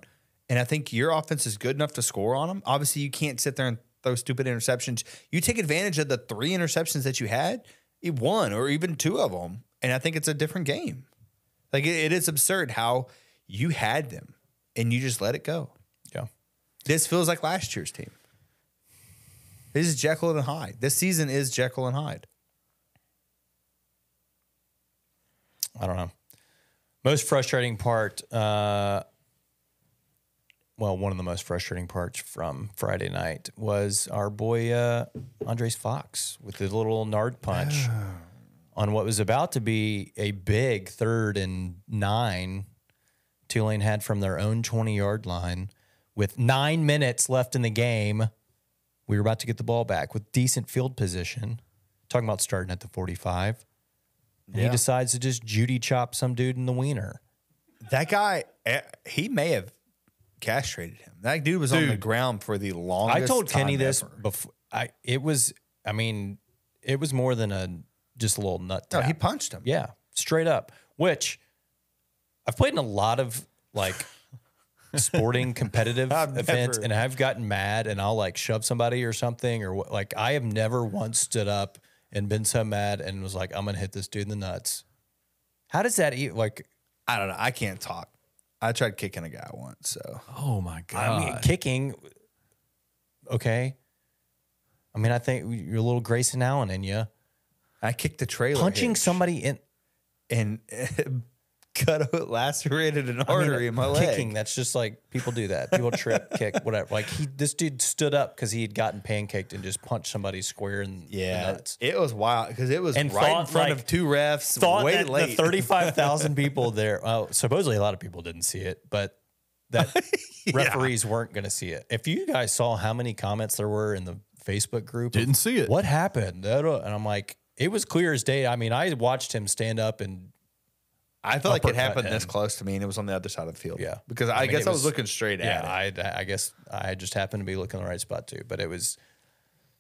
Speaker 3: And I think your offense is good enough to score on them. Obviously, you can't sit there and throw stupid interceptions. You take advantage of the three interceptions that you had, eh, one or even two of them. And I think it's a different game. Like, it- it is absurd how you had them and you just let it go.
Speaker 2: Yeah.
Speaker 3: This feels like last year's team. This is Jekyll and Hyde. This season is Jekyll and Hyde.
Speaker 2: I don't know. Most frustrating part, uh, well, one of the most frustrating parts from Friday night was our boy uh, Andres Fox with his little nard punch on what was about to be a big third and nine. Tulane had from their own 20 yard line with nine minutes left in the game. We were about to get the ball back with decent field position. Talking about starting at the 45. And he decides to just Judy chop some dude in the wiener.
Speaker 3: That guy, eh, he may have castrated him. That dude was on the ground for the longest.
Speaker 2: I told Kenny
Speaker 3: time
Speaker 2: this
Speaker 3: ever.
Speaker 2: before. I it was. I mean, it was more than a just a little nut
Speaker 3: No,
Speaker 2: tap.
Speaker 3: he punched him.
Speaker 2: yeah, straight up. Which I've played in a lot of like sporting competitive
Speaker 3: I've
Speaker 2: events,
Speaker 3: never-
Speaker 2: and I've gotten mad, and I'll like shove somebody or something, or what. Like I have never once stood up and been so mad and was like, "I'm gonna hit this dude in the nuts." How does that eat? Like
Speaker 3: I don't know. I can't talk. I tried kicking a guy once. So
Speaker 4: Oh my
Speaker 2: I mean, kicking. Okay. I mean, I think you're a little Grayson Allen in you.
Speaker 3: I kicked the trailer.
Speaker 2: Punching
Speaker 3: hitch
Speaker 2: somebody in.
Speaker 3: and cut a, lacerated an artery in my leg.
Speaker 2: Kicking, that's just like people do that. People trip, kick, whatever. Like he, this dude stood up because he had gotten pancaked and just punched somebody square in the
Speaker 3: Yeah,
Speaker 2: nuts.
Speaker 3: it was wild because it was
Speaker 2: And
Speaker 3: right in
Speaker 2: thought,
Speaker 3: front
Speaker 2: like-
Speaker 3: of two refs.
Speaker 2: Thought
Speaker 3: way
Speaker 2: that
Speaker 3: late.
Speaker 2: the thirty-five thousand people there. Well, supposedly a lot of people didn't see it, but that referees weren't going to see it. If you guys saw how many comments there were in the Facebook group, of,
Speaker 4: Didn't see it.
Speaker 2: What happened? That- And I'm like, it was clear as day. I mean, I watched him stand up and
Speaker 3: I felt like it
Speaker 2: uppercut
Speaker 3: happened this
Speaker 2: him.
Speaker 3: close to me, and it was on the other side of the field.
Speaker 2: Yeah.
Speaker 3: because I,
Speaker 2: I mean,
Speaker 3: guess
Speaker 2: it
Speaker 3: I was
Speaker 2: was-
Speaker 3: looking straight
Speaker 2: yeah,
Speaker 3: at it.
Speaker 2: I, I guess I just happened to be looking in the right spot too. But it was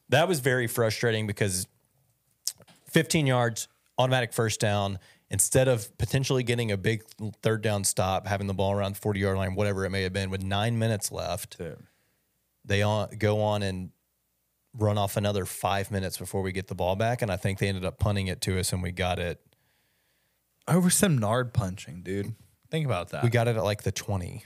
Speaker 2: that was very frustrating because 15 yards, automatic first down. Instead of potentially getting a big third down stop, having the ball around the 40 yard line, whatever it may have been, with nine minutes left, they on, go on and run off another five minutes before we get the ball back. And I think they ended up punting it to us and we got it.
Speaker 3: Over some nard punching, dude. Think about that.
Speaker 2: We got it at like the 20.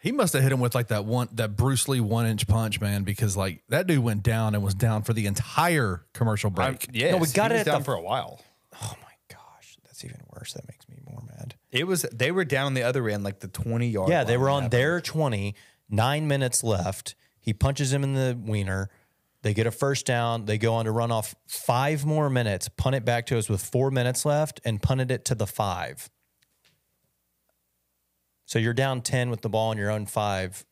Speaker 4: He must have hit him with like that one, that Bruce Lee one inch punch, man, because like that dude went down and was down for the entire commercial break.
Speaker 3: yeah,
Speaker 2: we got it at
Speaker 3: down
Speaker 2: the-
Speaker 3: for a while.
Speaker 2: Oh my gosh, that's even worse. That makes me more mad.
Speaker 3: It was they were down the other end, like the twenty yard.
Speaker 2: Yeah, they
Speaker 3: line.
Speaker 2: were on their 20, nine minutes left. He punches him in the wiener. They get a first down. They go on to run off five more minutes, punt it back to us with four minutes left, and punted it to the five. So you're down 10 with the ball on your own five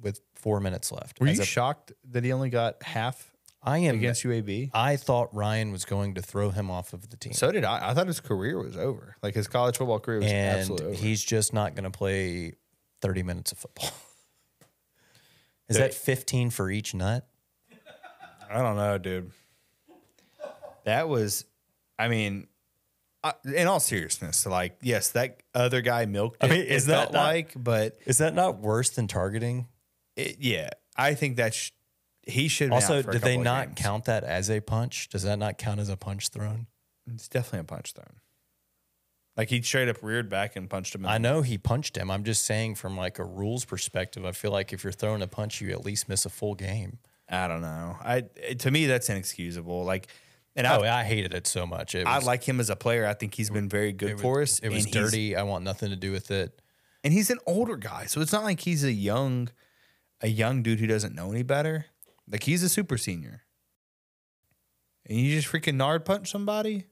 Speaker 2: with four minutes left.
Speaker 3: Were
Speaker 2: As
Speaker 3: you
Speaker 2: a-
Speaker 3: shocked that he only got half
Speaker 2: I am.
Speaker 3: against UAB?
Speaker 2: I thought Ryan was going to throw him off of the team.
Speaker 3: So did I. I thought his career was over. Like his college football career was
Speaker 2: and
Speaker 3: absolutely over.
Speaker 2: he's just not going to play 30 minutes of football. Is that 15 for each nut?
Speaker 3: I don't know, dude. That was, I mean, I, in all seriousness, like yes, that other guy milked. It,
Speaker 2: mean,
Speaker 3: it
Speaker 2: is that
Speaker 3: felt
Speaker 2: not-
Speaker 3: like? But
Speaker 2: Is that not worse than targeting?
Speaker 3: it, yeah, I think that sh- he should. have been
Speaker 2: also,
Speaker 3: out for a
Speaker 2: did they
Speaker 3: couple of
Speaker 2: not
Speaker 3: games.
Speaker 2: count that as a punch? Does that not count as a punch thrown?
Speaker 3: It's definitely a punch thrown. Like he straight up reared back and punched him. In
Speaker 2: I know he punched him. I'm just saying, from like a rules perspective, I feel like if you're throwing a punch, you at least miss a full game.
Speaker 3: I don't know. I to me that's inexcusable. Like, and
Speaker 2: Oh,
Speaker 3: I
Speaker 2: I hated it so much. It
Speaker 3: I
Speaker 2: was,
Speaker 3: like him as a player. I think he's been very good for us.
Speaker 2: it was
Speaker 3: and he's-
Speaker 2: dirty. I want nothing to do with it.
Speaker 3: and he's an older guy, so it's not like he's a young, a young dude who doesn't know any better. Like he's a super senior, and you just freaking nard punch somebody.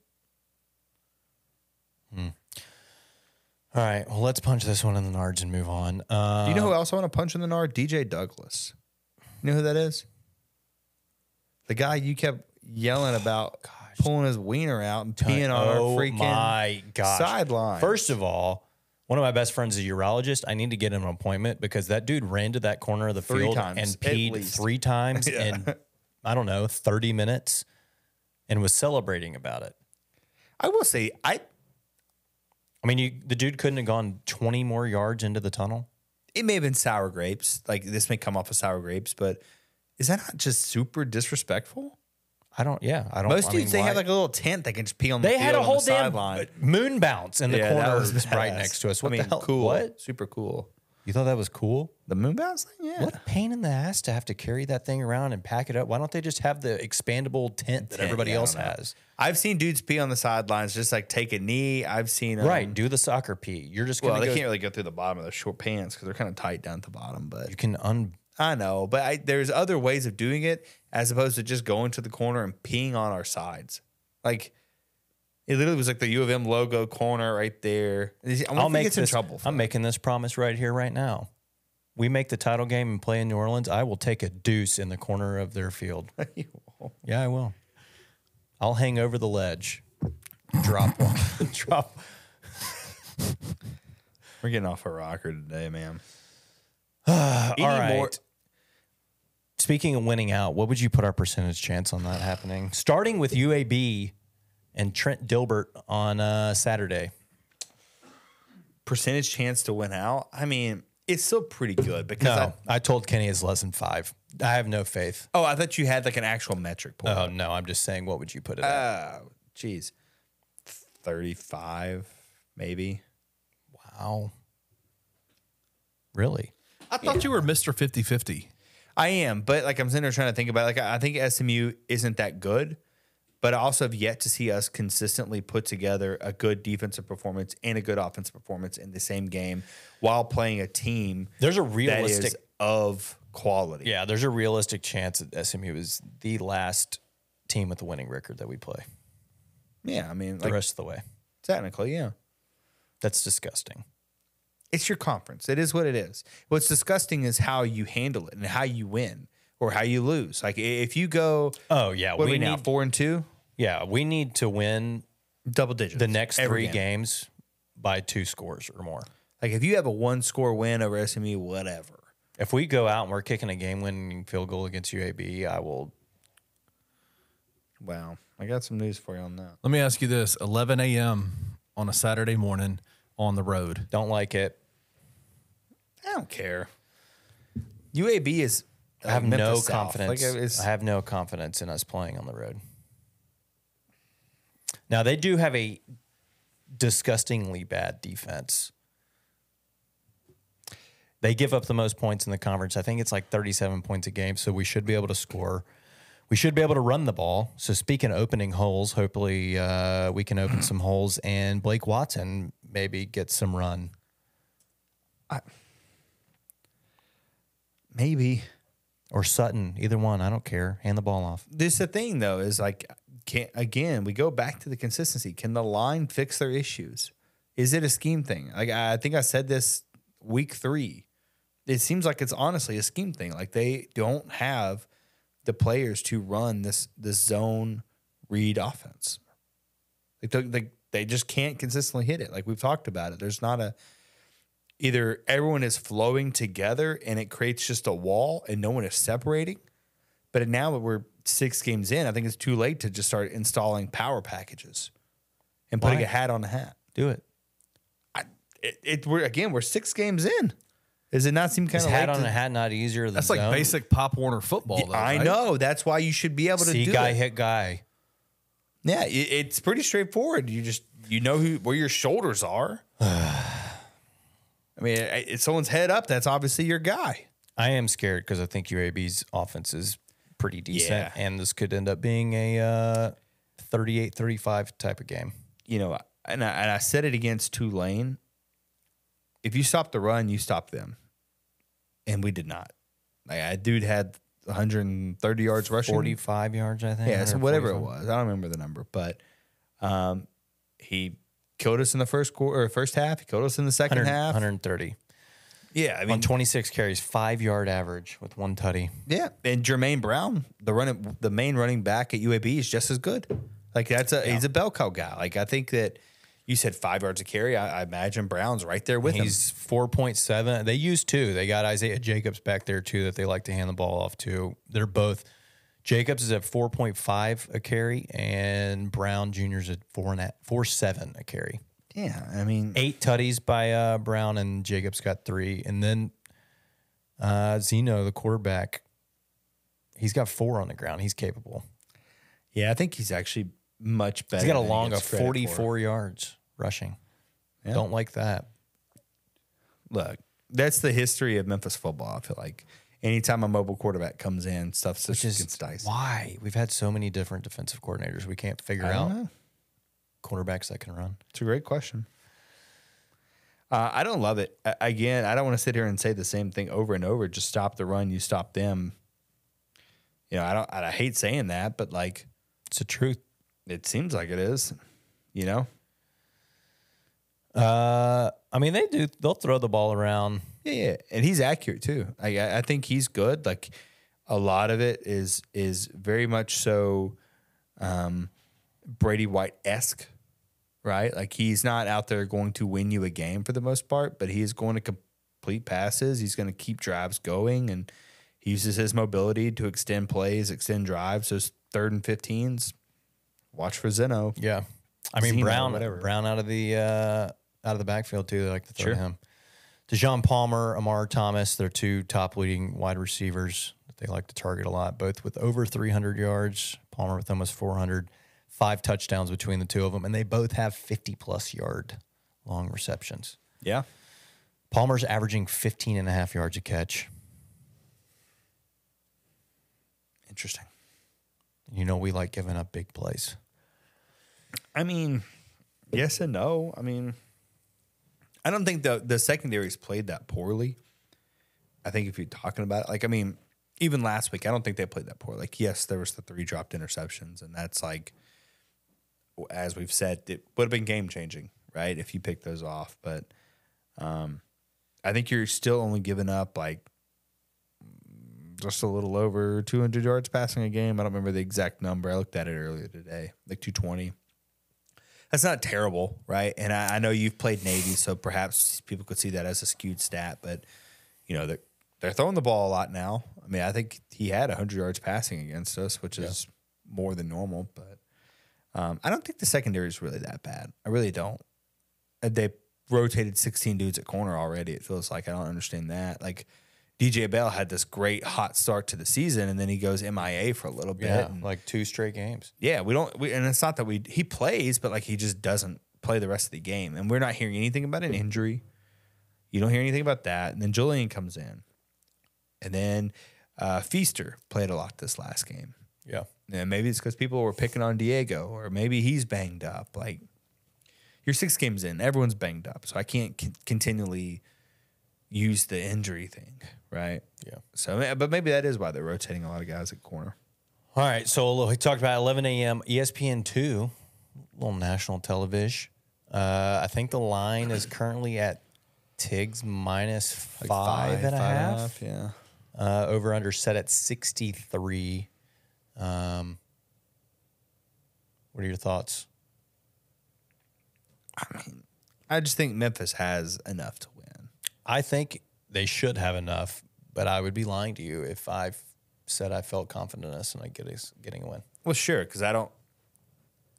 Speaker 2: All right, well, let's punch this one in the nards and move on. Uh,
Speaker 3: Do you know who else I want to punch in the nard? DJ Douglas. You know who that is? The guy you kept yelling about pulling his wiener out and peeing on our
Speaker 2: oh
Speaker 3: freaking
Speaker 2: my gosh.
Speaker 3: sideline.
Speaker 2: First of all, one of my best friends is a urologist. I need to get him an appointment because that dude ran to that corner of the
Speaker 3: Three
Speaker 2: field
Speaker 3: times,
Speaker 2: and
Speaker 3: at
Speaker 2: peed
Speaker 3: least.
Speaker 2: three times in I don't know, 30 minutes and was celebrating about it.
Speaker 3: I will say I
Speaker 2: I mean, you, the dude couldn't have gone 20 more yards into the tunnel.
Speaker 3: it may have been sour grapes. Like this may come off of sour grapes, but is that not just super disrespectful?
Speaker 2: I don't, yeah, I don't
Speaker 3: Most
Speaker 2: I mean,
Speaker 3: dudes they have
Speaker 2: why-
Speaker 3: like a little tent they can just pee on. The
Speaker 2: they had
Speaker 3: field
Speaker 2: a
Speaker 3: on
Speaker 2: whole
Speaker 3: the
Speaker 2: damn
Speaker 3: sideline.
Speaker 2: moon bounce in the
Speaker 3: Yeah, that
Speaker 2: corner
Speaker 3: was
Speaker 2: right
Speaker 3: badass.
Speaker 2: next to us.
Speaker 3: I
Speaker 2: What
Speaker 3: mean,
Speaker 2: the hell?
Speaker 3: cool,
Speaker 2: What?
Speaker 3: super cool.
Speaker 2: You thought that was cool?
Speaker 3: The moon bounce thing, yeah.
Speaker 2: What a pain in the ass to have to carry that thing around and pack it up. Why don't they just have the expandable tent that everybody
Speaker 3: yeah, I
Speaker 2: else
Speaker 3: don't know. Um,
Speaker 2: has?
Speaker 3: I've seen dudes pee on the sidelines, just like take a knee. I've seen um,
Speaker 2: Right. Do the soccer pee. You're just
Speaker 3: Well,
Speaker 2: gonna
Speaker 3: they
Speaker 2: go,
Speaker 3: can't really go through the bottom of their short pants because they're kind of tight down at the bottom. But
Speaker 2: you can un
Speaker 3: I know, but I, there's other ways of doing it as opposed to just going to the corner and peeing on our sides. Like it literally was like the U of M logo corner right there. I
Speaker 2: I'll
Speaker 3: don't think
Speaker 2: make
Speaker 3: it's
Speaker 2: this,
Speaker 3: in trouble. For
Speaker 2: I'm making this promise right here, right now. We make the title game and play in New Orleans. I will take a deuce in the corner of their field. yeah, I will. I'll hang over the ledge. Drop one. Drop.
Speaker 3: We're getting off a rocker today, man.
Speaker 2: All right. Speaking of winning out, what would you put our percentage chance on that happening? Starting with UAB and Trent Dilbert on uh, Saturday.
Speaker 3: percentage chance to win out. I mean, it's still pretty good because
Speaker 2: No,
Speaker 3: I,
Speaker 2: I, told Kenny it's less than five. I have no faith.
Speaker 3: oh, I thought you had like an actual metric point.
Speaker 2: Oh no, I'm just saying. What would you put it? at?
Speaker 3: Oh, jeez, thirty-five maybe.
Speaker 2: Wow. Really?
Speaker 4: I thought you were Mr. 50 50.
Speaker 3: I am, but like I'm sitting there trying to think about it. like I I think SMU isn't that good, But I also have yet to see us consistently put together a good defensive performance and a good offensive performance in the same game while playing a team
Speaker 2: There's a
Speaker 3: that is
Speaker 2: realistic-
Speaker 3: of quality.
Speaker 2: Yeah, there's a realistic chance that SMU is the last team with a winning record that we play
Speaker 3: Yeah, I mean,
Speaker 2: the
Speaker 3: like
Speaker 2: rest of the way.
Speaker 3: technically, yeah.
Speaker 2: That's disgusting.
Speaker 3: It's your conference. It is what it is. What's disgusting is how you handle it and how you win or how you lose. Like i- if you go,
Speaker 2: Oh yeah,
Speaker 3: what are
Speaker 2: we
Speaker 3: we now
Speaker 2: need.
Speaker 3: four and two,
Speaker 2: Yeah, we need to win
Speaker 3: double digits
Speaker 2: the next
Speaker 3: every
Speaker 2: three
Speaker 3: game.
Speaker 2: games by two scores or more.
Speaker 3: Like if you have a one score win over SMU, whatever.
Speaker 2: If we go out and we're kicking a game-winning field goal against UAB, I will.
Speaker 3: Wow, I got some news for you on that.
Speaker 4: Let me ask you this: 11 a.m. on a Saturday morning on the road.
Speaker 2: Don't like it.
Speaker 3: I don't care. UAB is.
Speaker 2: I have
Speaker 3: like,
Speaker 2: no
Speaker 3: Memphis South.
Speaker 2: confidence.
Speaker 3: Like, it's-
Speaker 2: I have no confidence in us playing on the road. Now they do have a disgustingly bad defense. They give up the most points in the conference. I think it's like 37 points a game, so we should be able to score. We should be able to run the ball. So speaking of opening holes, hopefully uh, we can open some holes and Blake Watson maybe get some run.
Speaker 3: maybe
Speaker 2: Or Sutton, either one, I don't care. Hand the ball off.
Speaker 3: this the thing though is like can again we go back to the consistency can the line fix their issues is it a scheme thing like i I think i said this week three it seems like it's honestly a scheme thing like they don't have the players to run this this zone read offense they took they, they just can't consistently hit it like we've talked about it there's not a either everyone is flowing together and it creates just a wall and no one is separating but now that we're six games in, I think it's too late to just start installing power packages and putting
Speaker 2: Why?
Speaker 3: a hat on a hat.
Speaker 2: Do it.
Speaker 3: I, it, it we're again we're six games in. Does it not seem kind
Speaker 2: Is
Speaker 3: of
Speaker 2: hat
Speaker 3: late?
Speaker 2: on
Speaker 3: to-
Speaker 2: a hat not easier than
Speaker 4: That's like
Speaker 2: zone?
Speaker 4: basic Pop Warner football. Though,
Speaker 3: I
Speaker 4: right?
Speaker 3: know that's why you should be able to
Speaker 2: See
Speaker 3: do
Speaker 2: guy
Speaker 3: it.
Speaker 2: hit guy.
Speaker 3: Yeah, it, it's pretty straightforward. You just you know who where your shoulders are. I mean, i- if someone's head up, that's obviously your guy.
Speaker 2: I am scared because I think UAB's offense is pretty decent,
Speaker 3: Yeah.
Speaker 2: and this could end up being a uh, 38-35 type of game.
Speaker 3: You know, and I, and I said it against Tulane. If you stop the run, you stop them. and we did not. Like, I dude had 130 yards rushing.
Speaker 2: Forty-five yards, I think.
Speaker 3: yeah, so
Speaker 2: or
Speaker 3: whatever it
Speaker 2: 45.
Speaker 3: was. I don't remember the number, but um, he killed us in the first quarter, or first half. He killed us in the second
Speaker 2: 100
Speaker 3: half.
Speaker 2: 130
Speaker 3: Yeah, I
Speaker 2: on
Speaker 3: mean,
Speaker 2: twenty-six carries, five-yard average with one tutty.
Speaker 3: yeah. And Jermaine Brown, the running, the main running back at UAB, is just as good. Like that's a he's a bell cow guy. Like I think that you said five yards a carry. I, I imagine Brown's right there with him.
Speaker 2: He's four point seven. They used two. They got Isaiah Jacobs back there too that they like to hand the ball off to. They're both. Jacobs is at four point five a carry, and Brown Junior's at four and a, four seven a carry.
Speaker 3: Yeah, I mean,
Speaker 2: Eight tutties by uh, Brown and Jacobs got three, and then uh, Zeno, the quarterback, he's got four on the ground. He's capable.
Speaker 3: yeah, I think he's actually much better.
Speaker 2: He's got a
Speaker 3: than he
Speaker 2: long of
Speaker 3: gets credit for.
Speaker 2: forty four yards rushing.
Speaker 3: Yeah.
Speaker 2: Don't like that.
Speaker 3: look, that's the history of Memphis football. I feel like anytime a mobile quarterback comes in, stuff's just,
Speaker 2: Just
Speaker 3: gets diced.
Speaker 2: why we've had so many different defensive coordinators, we can't figure
Speaker 3: I don't
Speaker 2: out
Speaker 3: know.
Speaker 2: quarterbacks that can run.
Speaker 3: It's a great question. Uh, I don't love it. A- again, I don't want to sit here and say the same thing over and over. Just stop the run, you stop them. You know, I don't. I hate saying that, but like,
Speaker 2: It's the truth.
Speaker 3: it seems like it is. You know.
Speaker 2: Uh, I mean, they do. They'll throw the ball around.
Speaker 3: Yeah, yeah, and he's accurate too. I I I think he's good. Like a lot of it is is very much so um, Brady White esque, right? Like he's not out there going to win you a game for the most part, but he is going to complete passes. He's going to keep drives going, and he uses his mobility to extend plays, extend drives. Those third and fifteens. Watch for Zeno.
Speaker 2: Yeah, I mean
Speaker 3: Zeno,
Speaker 2: Brown,
Speaker 3: whatever.
Speaker 2: Brown out of the uh, out of the backfield too. They like to throw
Speaker 3: Sure.
Speaker 2: to him. Deshaun Palmer, Amar Thomas, they're two top leading wide receivers that they like to target a lot. Both with over 300 yards. Palmer with almost 400, five touchdowns between the two of them, and they both have 50 plus yard long receptions.
Speaker 3: Yeah,
Speaker 2: Palmer's averaging 15 and a half yards a catch.
Speaker 3: interesting.
Speaker 2: You know we like giving up big plays.
Speaker 3: I mean, yes and no. I mean, I don't think the the secondaries played that poorly. I think if you're talking about it, like I mean, even last week, I don't think they played that poor. Like, yes, there was the three dropped interceptions, and that's like, as we've said, it would have been game changing, right? If you pick those off, but um, I think you're still only giving up like just a little over 200 yards passing a game. I don't remember the exact number. I looked at it earlier today, like 220. That's not terrible, right? And I, I know you've played Navy, so perhaps people could see that as a skewed stat, but you know, they're, they're throwing the ball a lot now. I mean, I think he had 100 yards passing against us, which is more than normal, but um, I don't think the secondary is really that bad. I really don't. Uh, They rotated 16 dudes at corner already. It feels like I don't understand that. Like DJ Bell had this great hot start to the season, and then he goes MIA for a little bit.
Speaker 2: Yeah,
Speaker 3: and-
Speaker 2: like two straight games.
Speaker 3: yeah, we don't. We, and it's not that we he plays, but like he just doesn't play the rest of the game, and we're not hearing anything about an injury. You don't hear anything about that, and then Julian comes in, and then uh, Feaster played a lot this last game.
Speaker 2: Yeah.
Speaker 3: And maybe it's because people were picking on Diego, or maybe he's banged up. Like you're six games in, everyone's banged up, so I can't con- continually use the injury thing, right?
Speaker 2: Yeah.
Speaker 3: So, ma- but maybe that is why they're rotating a lot of guys at corner.
Speaker 2: All right, so we talked about 11 a.m. ESPN two, little national television. Uh, I think the line is currently at Tiggs minus five and a half.
Speaker 3: yeah.
Speaker 2: Uh, over under set at 63. Um, what are your thoughts?
Speaker 3: I just think Memphis has enough to win.
Speaker 2: I think they should have enough, but I would be lying to you if I f- said I felt confident in us and I get us getting a win.
Speaker 3: Well, sure, because I don't,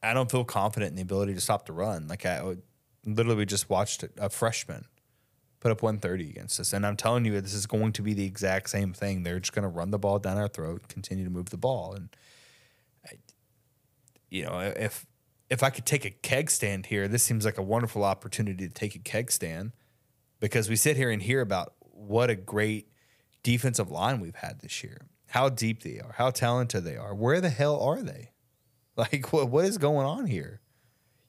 Speaker 3: I don't feel confident in the ability to stop the run. Like I would, literally we just watched a- a freshman put up 130 against us, and I'm telling you, this is going to be the exact same thing. They're just going to run the ball down our throat, continue to move the ball, and I, you know, if if I could take a keg stand here, this seems like a wonderful opportunity to take a keg stand because we sit here and hear about what a great defensive line we've had this year, how deep they are, how talented they are. Where the hell are they? Like, what, what is going on here?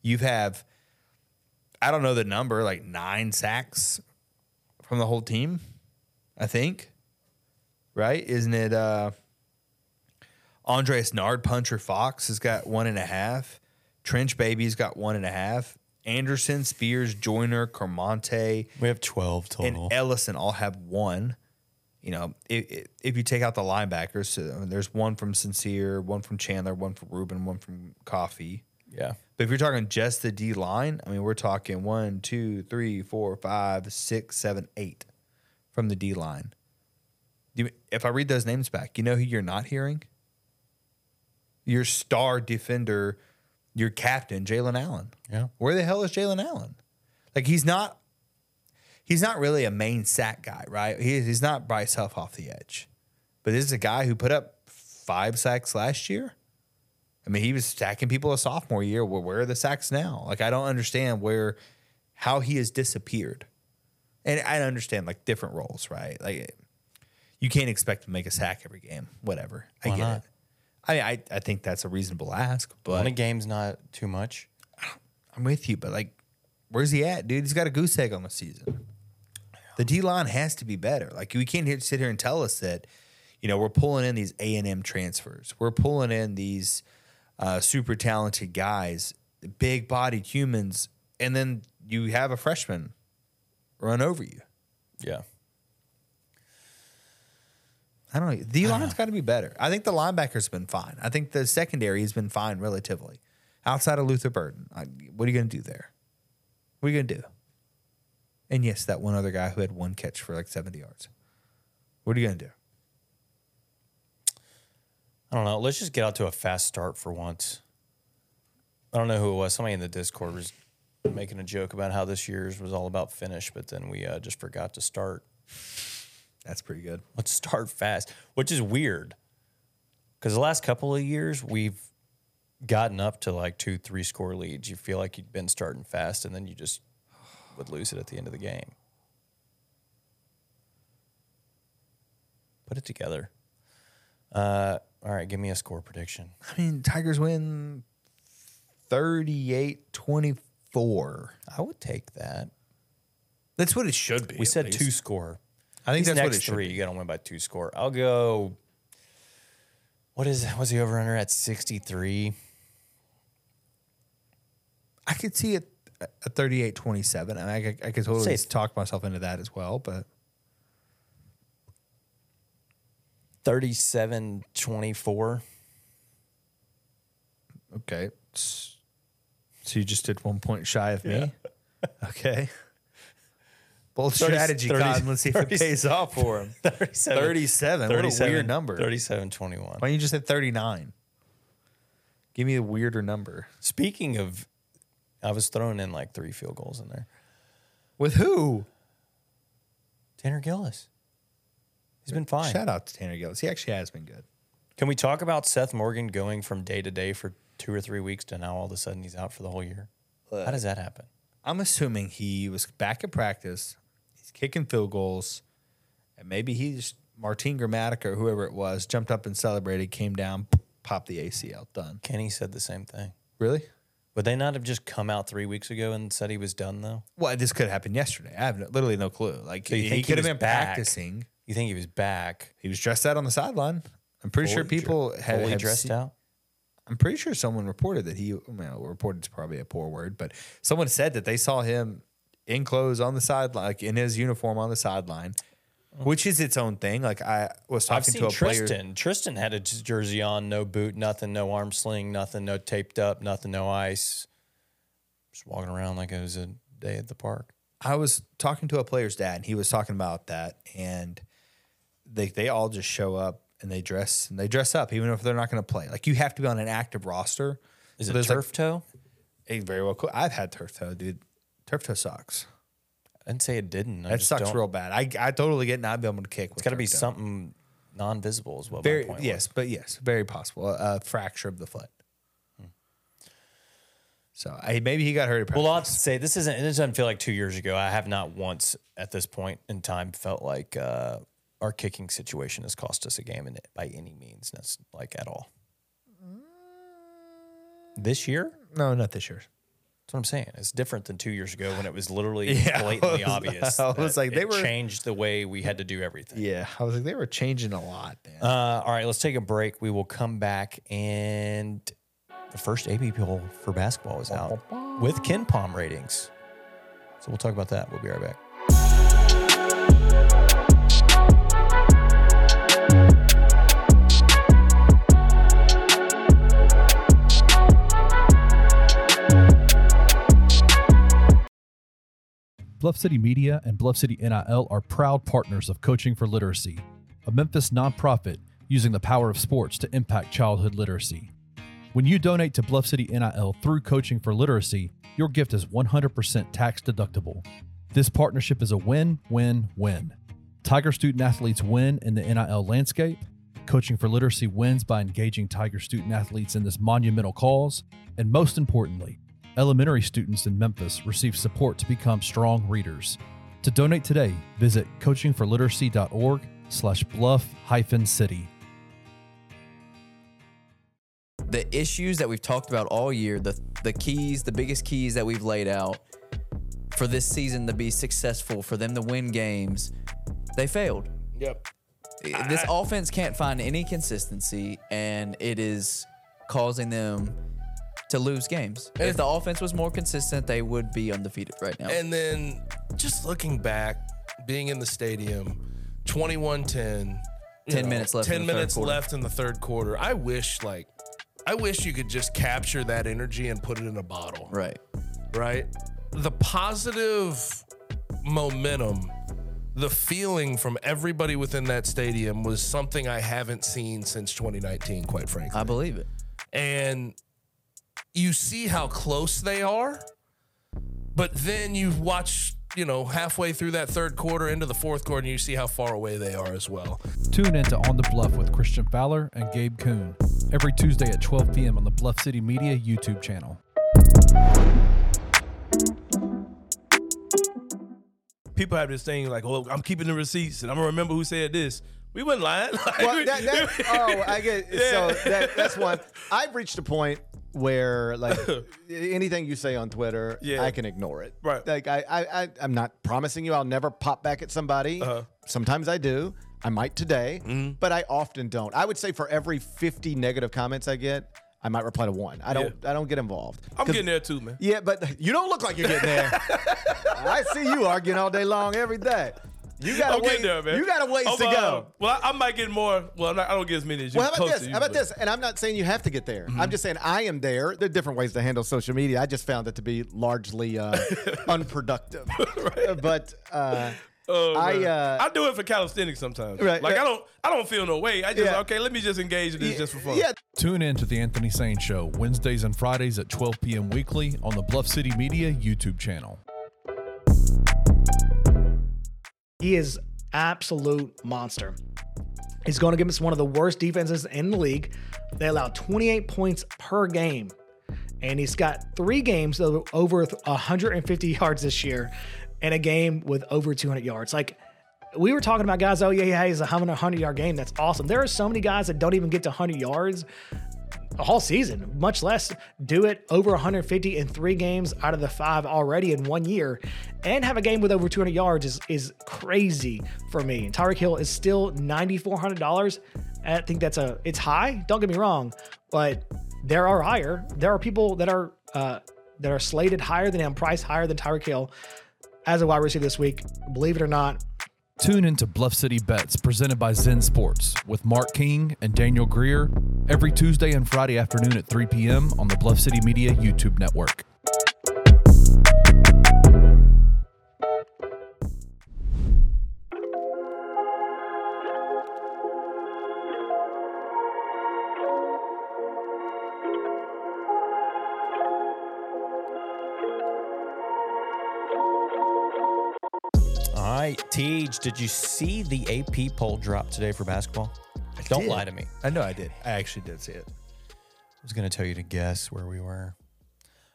Speaker 3: You have, I don't know the number, like nine sacks from the whole team, I think. Right? Isn't it uh, Andres Nard, Puncher Fox has got one and a half. Trench Baby's got one and a half. Anderson, Spears, Joyner, Carmonte,
Speaker 2: We have 12 total.
Speaker 3: and Ellison all have one. You know, if, if- if you take out the linebackers, so, I mean, there's one from Sincere, one from Chandler, one from Rubin, one from Coffee.
Speaker 2: yeah.
Speaker 3: But if you're talking just the D line, I mean, we're talking one, two, three, four, five, six, seven, eight from the D line. You, if I read those names back, you know who you're not hearing? Your star defender, your captain, Jalen Allen.
Speaker 2: Yeah.
Speaker 3: Where the hell is Jalen Allen? Like he's not. He's not really a main sack guy, right? He, he's not by himself off the edge, but this is a guy who put up five sacks last year. I mean, he was sacking people a sophomore year. Well, where are the sacks now? Like, I don't understand where, how he has disappeared. And I understand like different roles, right? Like, you can't expect to make a sack every game. Whatever, I get
Speaker 2: not?
Speaker 3: it. I, I I think that's a reasonable ask, but
Speaker 2: One a game's not too much.
Speaker 3: I'm with you, but like, where's he at, dude? He's got a goose egg on the season. The D line has to be better. Like, we can't here, sit here and tell us that, you know, we're pulling in these A and M transfers. We're pulling in these uh, super talented guys, big bodied humans, and then you have a freshman run over you.
Speaker 2: Yeah.
Speaker 3: I don't know. The line's got to be better. I think the linebacker's been fine. I think the secondary has been fine relatively. Outside of Luther Burden, I, what are you going to do there? What are you going to do? And yes, that one other guy who had one catch for like 70 yards. What are you going to do?
Speaker 2: I don't know. Let's just get out to a fast start for once. I don't know who it was. Somebody in the Discord was making a joke about how this year's was all about finish, but then we uh, just forgot to start.
Speaker 3: That's pretty good.
Speaker 2: Let's start fast, which is weird because the last couple of years we've gotten up to like two, three score leads. You feel like you've been starting fast, and then you just would lose it at the end of the game. Put it together. Uh, all right, give me a score prediction.
Speaker 3: I mean, Tigers win 38 24.
Speaker 2: I would take that.
Speaker 3: That's what it should be.
Speaker 2: We said two score.
Speaker 3: I think
Speaker 2: These
Speaker 3: that's what
Speaker 2: next
Speaker 3: it should
Speaker 2: three. You got to win by two score. I'll go. What is was the over under at sixty three?
Speaker 3: I could see it at 38 27. And I, could- I could totally
Speaker 2: Say-
Speaker 3: talk myself into that as well. But
Speaker 2: 37 24.
Speaker 3: okay. S- So you just did one point shy of me? Okay. Bold
Speaker 2: Thirty-
Speaker 3: strategy,
Speaker 2: thirty-
Speaker 3: Cotton. Let's see if
Speaker 2: thirty-
Speaker 3: it pays off for him.
Speaker 2: 37.
Speaker 3: 37. What a weird number.
Speaker 2: 37 21.
Speaker 3: Why don't you just say 39? Give me a weirder number.
Speaker 2: Speaking of, I was throwing in like three field goals in there.
Speaker 3: With who?
Speaker 2: Tanner Gillis. He's been fine.
Speaker 3: Shout out to Tanner Gillis. He actually has been good.
Speaker 2: Can we talk about Seth Morgan going from day to day for two or three weeks to now all of a sudden he's out for the whole year? How does that happen?
Speaker 3: I'm assuming he was back at practice. He's kicking field goals. And maybe he's Martin Grammatic or whoever it was jumped up and celebrated, came down, popped the ACL. Done.
Speaker 2: Kenny said the same thing.
Speaker 3: Really?
Speaker 2: Would they not have just come out three weeks ago and said he was done though?
Speaker 3: Well, this could have happened yesterday. I have no, literally no clue. Like,
Speaker 2: you
Speaker 3: he,
Speaker 2: think he
Speaker 3: could have
Speaker 2: was
Speaker 3: been
Speaker 2: back?
Speaker 3: practicing.
Speaker 2: You think he was back?
Speaker 3: He was dressed out on the sideline. I'm pretty sure
Speaker 2: Fully dre-
Speaker 3: people had,
Speaker 2: fully
Speaker 3: have
Speaker 2: dressed
Speaker 3: seen-
Speaker 2: out?
Speaker 3: I'm pretty sure someone reported that he, well, reported's probably a poor word, but someone said that they saw him in clothes on the sideline, like in his uniform on the sideline, which is its own thing. Like I was talking
Speaker 2: I've seen
Speaker 3: to a
Speaker 2: Tristan.
Speaker 3: player.
Speaker 2: Tristan had a j- jersey on, no boot, nothing, no arm sling, nothing, no taped up, nothing, no ice. Just walking around like it was a day at the park.
Speaker 3: I was talking to a player's dad, and he was talking about that, and they they all just show up and they dress and they dress up, even if they're not going to play. Like you have to be on an active roster.
Speaker 2: Is
Speaker 3: So
Speaker 2: it
Speaker 3: there's, like,
Speaker 2: turf toe?
Speaker 3: It very well cool. I've had turf toe, dude. Turf toe sucks.
Speaker 2: I didn't say it didn't. I
Speaker 3: That
Speaker 2: just
Speaker 3: sucks
Speaker 2: don't-
Speaker 3: real bad. I, I totally get not being able to kick.
Speaker 2: It's got to be something non-visible as well.
Speaker 3: Very
Speaker 2: point was.
Speaker 3: yes, but yes, very possible a uh, fracture of the foot. So I, maybe he got hurt. At practice.
Speaker 2: Hmm. Well, I'll just say this isn't. This doesn't feel like two years ago. I have not once at this point in time felt like uh, our kicking situation has cost us a game, and it, by any means, that's like at all.
Speaker 3: Mm.
Speaker 2: This year,
Speaker 3: no, not this year.
Speaker 2: That's what I'm saying. It's different than two years ago when it was literally
Speaker 3: Yeah, I
Speaker 2: blatantly
Speaker 3: was-
Speaker 2: obvious.
Speaker 3: I was
Speaker 2: that
Speaker 3: like, they
Speaker 2: it
Speaker 3: were-
Speaker 2: changed the way we had to do everything.
Speaker 3: Yeah, I was like they were changing a lot, man.
Speaker 2: Uh, all right, let's take a break. We will come back and the first AP poll for basketball is out with Ken Palm ratings. So we'll talk about that. We'll be right back.
Speaker 4: Bluff City Media and Bluff City NIL are proud partners of Coaching for Literacy, a Memphis nonprofit using the power of sports to impact childhood literacy. When you donate to Bluff City NIL through Coaching for Literacy, your gift is 100% tax deductible. This partnership is a win, win, win. Tiger student athletes win in the NIL landscape. Coaching for Literacy wins by engaging Tiger student athletes in this monumental cause. And most importantly, elementary students in Memphis receive support to become strong readers. To donate today, visit coachingforliteracy.org slash bluff hyphen city.
Speaker 5: the issues that we've talked about all year, the the keys, the biggest keys that we've laid out for this season to be successful, for them to win games, they failed. Yep. This offense can't find any consistency, and it is causing them to lose games. if the offense was more consistent, they would be undefeated right now.
Speaker 6: And then just looking back, being in the stadium, 21 10.
Speaker 5: 10 minutes left in the
Speaker 6: 10
Speaker 5: third
Speaker 6: minutes
Speaker 5: quarter.
Speaker 6: left in the third quarter. I wish, like, I wish you could just capture that energy and put it in a bottle.
Speaker 5: right.
Speaker 6: Right. The positive momentum, the feeling from everybody within that stadium was something I haven't seen since 2019, quite frankly
Speaker 5: I believe it.
Speaker 6: and you see how close they are, but then you watch, you know, halfway through that third quarter into the fourth quarter, and you see how far away they are as well.
Speaker 4: Tune in to On the Bluff with Christian Fowler and Gabe Kuhn every Tuesday at 12 p.m. on the Bluff City Media YouTube channel.
Speaker 7: people have this thing like, "Oh, I'm keeping the receipts, and I'm gonna remember who said this." We weren't lying. Like,
Speaker 8: oh, Well, that, that, oh, I get so that, that's one. I've reached a point where like anything you say on Twitter,
Speaker 9: Yeah.
Speaker 8: I can ignore it.
Speaker 9: Right.
Speaker 8: Like I, I, I I'm not promising you I'll never pop back at somebody.
Speaker 9: Uh-huh.
Speaker 8: Sometimes I do. I might today,
Speaker 9: Mm-hmm.
Speaker 8: but I often don't. I would say for every 50 negative comments I get, I might reply to one. I don't. I don't get involved.
Speaker 9: I'm
Speaker 8: 'Cause-
Speaker 9: getting there too, man.
Speaker 8: Yeah, but you don't look like you're getting there. I see you arguing all day long every day. You gotta
Speaker 9: I'm
Speaker 8: wait.
Speaker 9: getting there, man.
Speaker 8: You got a ways
Speaker 9: I'm,
Speaker 8: to
Speaker 9: uh,
Speaker 8: go.
Speaker 9: Well, I, I might get more. Well, I'm not, I don't get as many as you.
Speaker 8: Well, how about
Speaker 9: close
Speaker 8: this?
Speaker 9: to you, Mm-hmm.
Speaker 8: how about
Speaker 9: but-
Speaker 8: this? And I'm not saying you have to get there. I'm just saying I am there. There are different ways to handle social media. I just found it to be largely uh, unproductive. But uh,
Speaker 9: Oh,
Speaker 8: I,
Speaker 9: man.
Speaker 8: uh,
Speaker 9: I do it for calisthenics sometimes.
Speaker 8: Right,
Speaker 9: Like
Speaker 8: right.
Speaker 9: I don't I don't feel no way. I just
Speaker 8: Yeah.
Speaker 9: okay. Let me just engage in this just for fun.
Speaker 8: yeah,
Speaker 1: Tune in to The Anthony Sane Show Wednesdays and Fridays at 12 p.m. weekly on the Bluff City Media YouTube channel.
Speaker 10: He is absolute monster. He's going against one of the worst defenses in the league. They allow 28 points per game. And he's got three games of over 150 yards this year and a game with over 200 yards. Like, we were talking about guys, oh, yeah, yeah, he's a 100 yard game. That's awesome. There are so many guys that don't even get to 100 yards a whole season, much less do it over 150 in three games out of the five already in one year, and have a game with over 200 yards is is crazy for me. And Tyreek Hill is still $9,400. I think that's a it's high. Don't get me wrong, but there are higher. There are people that are uh, that are slated higher than him, priced higher than Tyreek Hill as a wide receiver this week. Believe it or not,
Speaker 1: Tune in to Bluff City Bets presented by Zen Sports with Mark King and Daniel Greer every Tuesday and Friday afternoon at 3 p.m. on the Bluff City Media YouTube network.
Speaker 2: All right, Tej, did you see the AP poll drop today for basketball? Don't lie to me. I
Speaker 3: I know I did. I actually did see it.
Speaker 2: was going to tell you to guess where we were.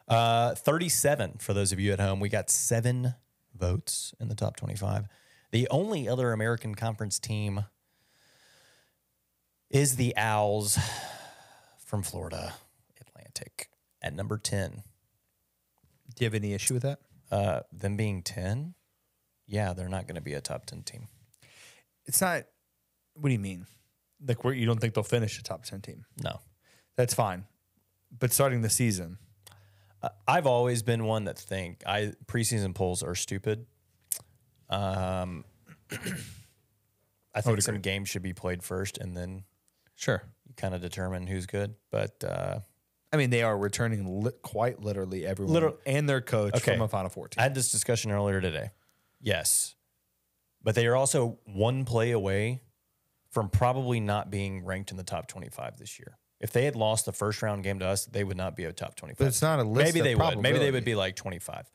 Speaker 2: Uh, 37 for those of you at home. We got seven votes in the top 25. The only other American Conference team is the Owls from Florida Atlantic at number 10.
Speaker 3: Do you have any issue with that?
Speaker 2: Uh, them being 10, yeah, they're not going to be a top 10 team.
Speaker 3: It's not. What do you mean? Like, where you don't think they'll finish a top ten team?
Speaker 2: No.
Speaker 3: That's fine. But starting the season,
Speaker 2: Uh, I've always been one that think I preseason polls are stupid. Um, I think some games should be played first, and then
Speaker 3: sure.
Speaker 2: you kind of determine who's good. But uh,
Speaker 3: I mean, they are returning li- quite literally everyone
Speaker 2: Literal-
Speaker 3: and their coach
Speaker 2: Okay.
Speaker 3: from a Final Four
Speaker 2: I
Speaker 3: team.
Speaker 2: had this discussion earlier today. Yes, but they are also one play away from probably not being ranked in the top twenty-five this year. If they had lost the first round game to us, they would not be a top twenty-five.
Speaker 3: But it's not a list.
Speaker 2: Maybe
Speaker 3: of
Speaker 2: they would. Maybe they would
Speaker 3: probability.
Speaker 2: be like 25.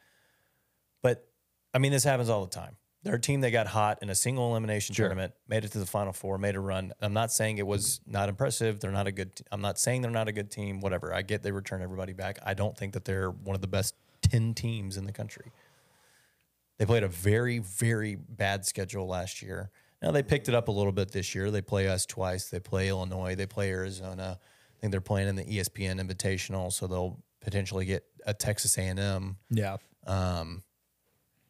Speaker 2: But I mean, this happens all the time. They're a team that got hot in a single elimination tournament, made it to the final four, made a run. I'm not saying it was not impressive. They're not a good. I'm not saying they're not a good team. Whatever. I get they return everybody back. I don't think that they're one of the best ten teams in the country. They played a very very bad schedule last year. Now they picked it up a little bit this year. They play us twice. They play Illinois. They play Arizona. I think they're playing in the E ESPN Invitational, so they'll potentially get a Texas A&M.
Speaker 3: Yeah.
Speaker 2: Um,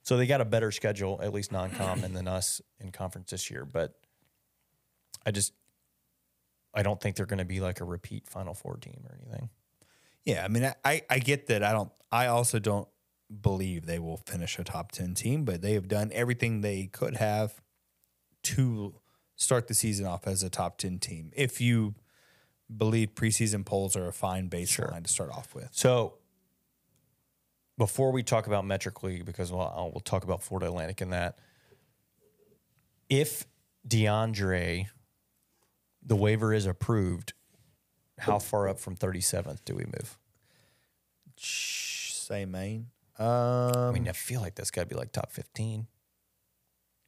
Speaker 2: so they got a better schedule, at least non-con, than us in conference this year. But I just, I don't think they're going to be like a repeat Final Four team or anything.
Speaker 3: Yeah. I mean, I- I, I get that. I don't. I also don't believe they will finish a top ten team, but they have done everything they could have to start the season off as a top ten team. If you believe preseason polls are a fine baseline to start off with.
Speaker 2: So before we talk about metrically, because well, I'll, we'll talk about Florida Atlantic in that. If DeAndre, the waiver is approved, how far up from 37th do we move?
Speaker 3: Shh, Say Maine.
Speaker 2: I
Speaker 3: Um,
Speaker 2: mean, I feel like that's got to be like top 15.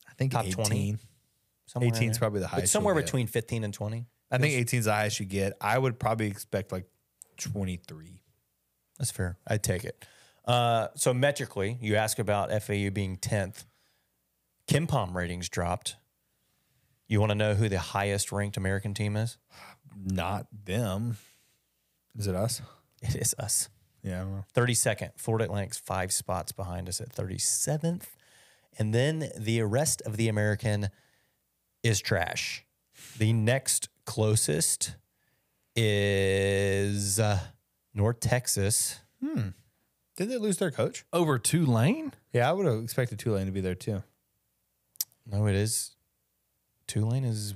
Speaker 3: I think
Speaker 2: top 20.
Speaker 3: 18.
Speaker 2: Somewhere in
Speaker 3: 18 's
Speaker 2: there.
Speaker 3: probably the
Speaker 2: But
Speaker 3: highest
Speaker 2: somewhere
Speaker 3: you'll get.
Speaker 2: between 15 and 20.
Speaker 3: I think 18 is the highest you get. I would probably expect like 23.
Speaker 2: That's fair. I take it. Uh, so metrically, you ask about FAU being 10th. Kim Pom ratings dropped. You want to know who the highest ranked American team is?
Speaker 3: Not them. Is it us?
Speaker 2: It is us.
Speaker 3: Yeah, I don't know.
Speaker 2: 32nd. Florida Atlantic's five spots behind us at 37th. And then the rest of the American is trash. The next closest is uh, North Texas.
Speaker 3: Did they lose their coach?
Speaker 4: Over Tulane?
Speaker 3: Yeah, I would have expected Tulane to be there too.
Speaker 2: No, it is. Tulane is.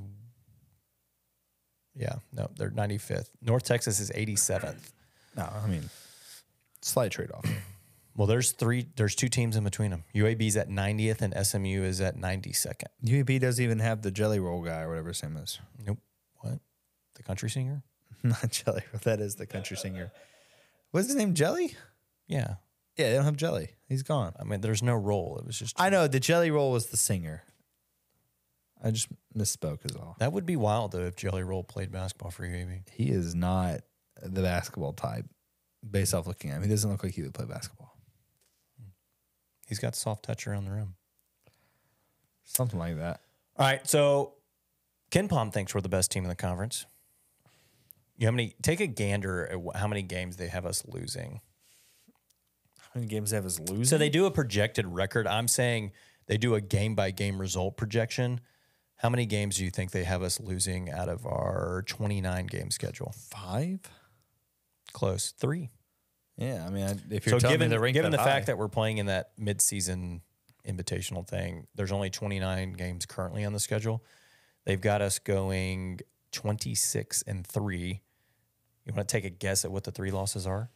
Speaker 2: Yeah, no, they're 95th. North Texas is 87th.
Speaker 3: No, I mean, slight trade off.
Speaker 2: Well, there's three. There's two teams in between them. UAB's at 90th and SMU is at 92nd.
Speaker 3: UAB E doesn't even have the jelly roll guy or whatever his name is.
Speaker 2: Nope. What? The country singer?
Speaker 3: Not jelly roll. That is the country singer. What's his name? Jelly?
Speaker 2: Yeah.
Speaker 3: Yeah, they don't have jelly. He's gone.
Speaker 2: I mean, there's no role. It was just
Speaker 3: I know the jelly roll was the singer. I just misspoke is all.
Speaker 2: that would be wild though if Jelly Roll played basketball for UAB.
Speaker 3: He is not the basketball type based off looking at him. He doesn't look like he would play basketball.
Speaker 2: He's got soft touch around the rim.
Speaker 3: Something like that.
Speaker 2: All right, so Ken Palm thinks we're the best team in the conference. You how many? Take a gander at wh- how many games they have us losing.
Speaker 3: How many games they have is losing?
Speaker 2: So they do a projected record. I'm saying they do a game by game result projection. How many games do you think they have us losing out of our 29 game schedule?
Speaker 3: five?
Speaker 2: Close three.
Speaker 3: Yeah, I mean, I, if you're
Speaker 2: So
Speaker 3: telling
Speaker 2: given,
Speaker 3: me the rank
Speaker 2: given the
Speaker 3: that
Speaker 2: fact
Speaker 3: high-
Speaker 2: that we're playing in that midseason invitational thing, there's only 29 games currently on the schedule. They've got us going 26 and three. You want to take a guess at what the three losses are?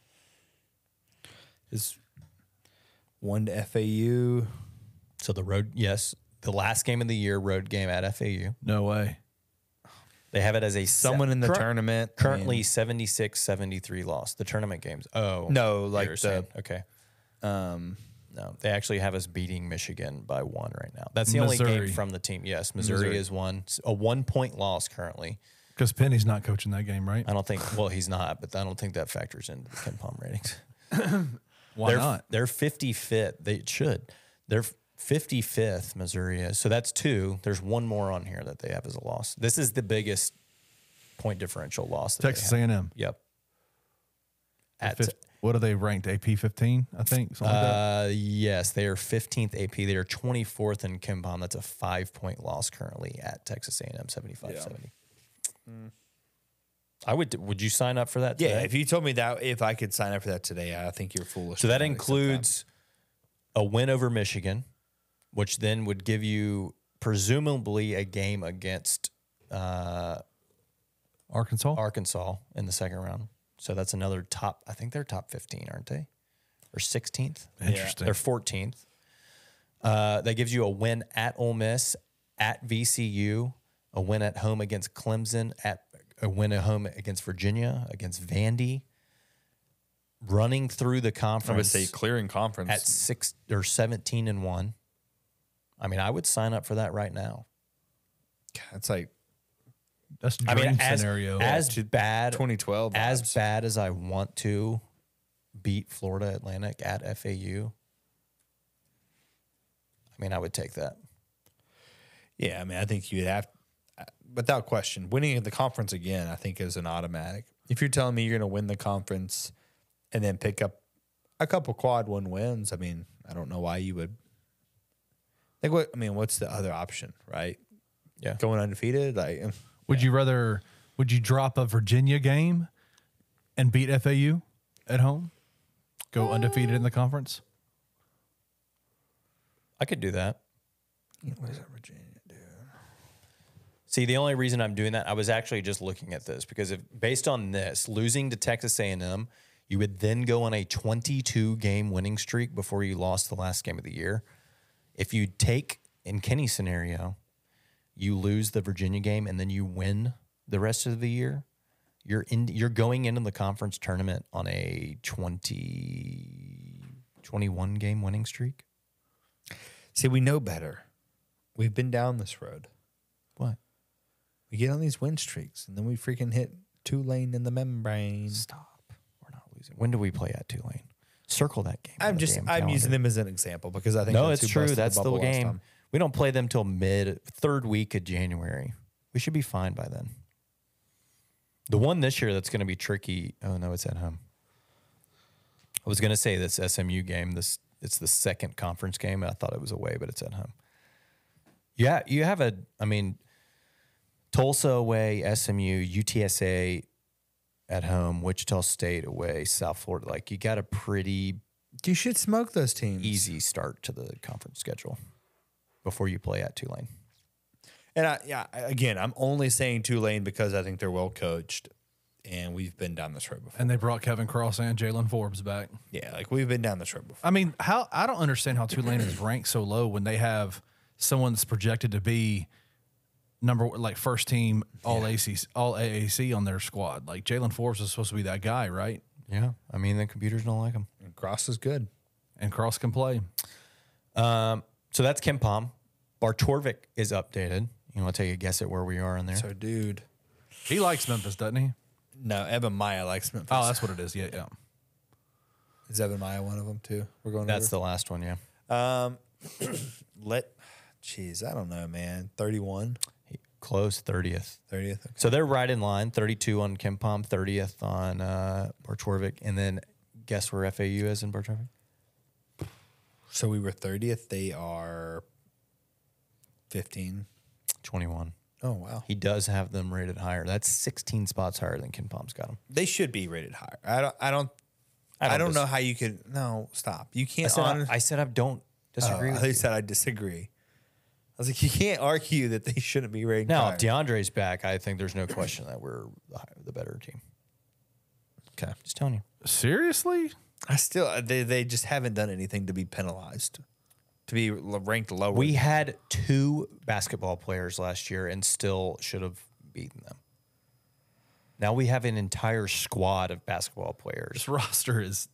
Speaker 3: is one to FAU,
Speaker 2: So the road, yes, the last game of the year road game at FAU.
Speaker 4: No way.
Speaker 2: They have it as a se-
Speaker 3: someone in the
Speaker 2: current-
Speaker 3: tournament I mean,
Speaker 2: Currently 76 73 loss. The tournament games. Oh.
Speaker 3: No,
Speaker 2: you
Speaker 3: like
Speaker 2: were
Speaker 3: the-
Speaker 2: saying. Okay.
Speaker 3: um,
Speaker 2: No, they actually have us beating Michigan by one right now. That's the only
Speaker 4: Missouri.
Speaker 2: game from the team. Yes, Missouri, is one, s- a one point loss currently.
Speaker 4: Because Penny's not coaching that game, right?
Speaker 2: I don't think. Well, he's not, but I don't think that factors into the Ken Palm ratings.
Speaker 4: Why
Speaker 2: they're,
Speaker 4: not?
Speaker 2: They're fifty fifth. They it should. They're fifty fifth. Missouri is. So that's two. There's one more on here that they have as a loss. This is the biggest point differential loss. That they
Speaker 4: Texas
Speaker 2: have.
Speaker 4: A&M.
Speaker 2: Yep. At
Speaker 4: Fif- what are they ranked? AP 15, I think. Something like that.
Speaker 2: Uh, yes, they are 15th AP. They are 24th in Kimbom. That's a five point loss currently at Texas A&M 75 70. Mm. I would. Would you sign up for that?
Speaker 3: yeah.
Speaker 2: today?
Speaker 3: If you told me that, if I could sign up for that today, I think you're foolish.
Speaker 2: so
Speaker 3: to
Speaker 2: that
Speaker 3: not accept
Speaker 2: includes a win over Michigan, which then would give you presumably a game against uh,
Speaker 4: Arkansas?
Speaker 2: Arkansas in the second round. So that's another top. I think they're top 15, aren't they? Or 16th.
Speaker 4: Interesting.
Speaker 2: They're 14th. Uh, that gives you a win at Ole Miss, at VCU, a win at home against Clemson, at a win at home against Virginia, against Vandy. Running through the
Speaker 3: I would
Speaker 2: conference
Speaker 3: say clearing conference.
Speaker 2: at six or 17 and one. I mean, I would sign up for that right now.
Speaker 3: it's like
Speaker 4: That's dream
Speaker 2: I mean, as,
Speaker 4: scenario.
Speaker 2: as bad
Speaker 3: 2012
Speaker 2: as
Speaker 3: vibes.
Speaker 2: bad as I want to beat Florida Atlantic at FAU. I mean, I would take that.
Speaker 3: yeah. I mean, I think you'd have uh, without question winning the conference again. I think is an automatic. If you're telling me you're going to win the conference and then pick up a couple quad one wins, I mean, I don't know why you would. Like what? I mean, what's the other option, right?
Speaker 2: Yeah.
Speaker 3: going undefeated. Like eh.
Speaker 4: would you rather, would you drop a Virginia game and beat FAU at home? Go undefeated in the conference?
Speaker 2: I could do that.
Speaker 3: what is that, Virginia?
Speaker 2: See, the only reason I'm doing that, I was actually just looking at this because if based on this, losing to Texas A&M, you would then go on a 22 game winning streak before you lost the last game of the year. If you take in Kenny's scenario, you lose the Virginia game and then you win the rest of the year, you're in you're going into the conference tournament on a 20 21 game winning streak.
Speaker 3: See, we know better. We've been down this road.
Speaker 2: What?
Speaker 3: We get on these win streaks, and then we freaking hit Tulane in the membrane.
Speaker 2: Stop. We're not losing. When do we play at Tulane? Circle that game. on
Speaker 3: I'm
Speaker 2: the
Speaker 3: just
Speaker 2: damn
Speaker 3: I'm
Speaker 2: calendar.
Speaker 3: using them as an example because I think
Speaker 2: No,
Speaker 3: that's
Speaker 2: it's
Speaker 3: who
Speaker 2: true.
Speaker 3: busted
Speaker 2: That's the,
Speaker 3: bubble last
Speaker 2: game.
Speaker 3: time.
Speaker 2: We don't play them till mid third week of January. We should be fine by then. The one this year that's going to be tricky. Oh no, it's at home. I was going to say this SMU game. This it's the second conference game. and I thought it was away, but it's at home. Yeah, you have a. I mean, Tulsa away, SMU, UTSA at home, Wichita State away, South Florida. Like you got a pretty
Speaker 3: You should smoke those teams.
Speaker 2: easy start to the conference schedule before you play at Tulane.
Speaker 3: And I, yeah, again, I'm only saying Tulane because I think they're well coached, and we've been down this road before.
Speaker 4: And they brought Kevin Cross and Jalen Forbes back.
Speaker 3: Yeah, like we've been down this road before.
Speaker 4: I mean, how I don't understand how Tulane is ranked so low when they have someone that's projected to be number like first team all ACC, all AAC on their squad. Like Jalen Forbes is supposed to be that guy, right?
Speaker 2: Yeah, I mean the computers don't like them.
Speaker 3: And Cross is good.
Speaker 4: And Cross can play.
Speaker 2: Um, so that's Kim Palm. Bartorvik is updated. You want to take a guess at where we are in there?
Speaker 3: So, dude,
Speaker 4: He likes Memphis, doesn't he?
Speaker 3: no, Evan Maya likes Memphis.
Speaker 4: Oh, that's what it is. Yeah, yeah.
Speaker 3: is Evan Maya one of them too? We're going.
Speaker 2: that's
Speaker 3: Oh. That's
Speaker 2: the last one. Yeah,
Speaker 3: the let. Jeez, I don't know, man. 31,
Speaker 2: close thirtieth.
Speaker 3: 30th. Okay.
Speaker 2: So they're right in line. Thirty-two on Kim Palm, thirtieth on uh, Bartorvik, and then guess where FAU is in Bartorvik?
Speaker 3: So we were 30th. They are 15.
Speaker 2: Twenty-one.
Speaker 3: Oh wow,
Speaker 2: He does have them rated higher. That's sixteen spots higher than Kim Palm's got them.
Speaker 3: they should be rated higher. I don't. I don't. I
Speaker 2: don't
Speaker 3: don't, know
Speaker 2: dis-
Speaker 3: how you could. No, stop. You
Speaker 2: I
Speaker 3: can't.
Speaker 2: said
Speaker 3: honest-
Speaker 2: I, I said I don't disagree
Speaker 3: Oh,
Speaker 2: with
Speaker 3: they
Speaker 2: you.
Speaker 3: said I disagree. I was like, you can't argue that they shouldn't be ranked.
Speaker 2: Now,
Speaker 3: higher.
Speaker 2: if DeAndre's back, I think there's no question that we're the, higher, the better team. Okay, just telling you.
Speaker 4: Seriously?
Speaker 3: I still they they just haven't done anything to be penalized, to be l- ranked lower.
Speaker 2: We had two basketball players last year and still should have beaten them. Now we have an entire squad of basketball players.
Speaker 4: This roster is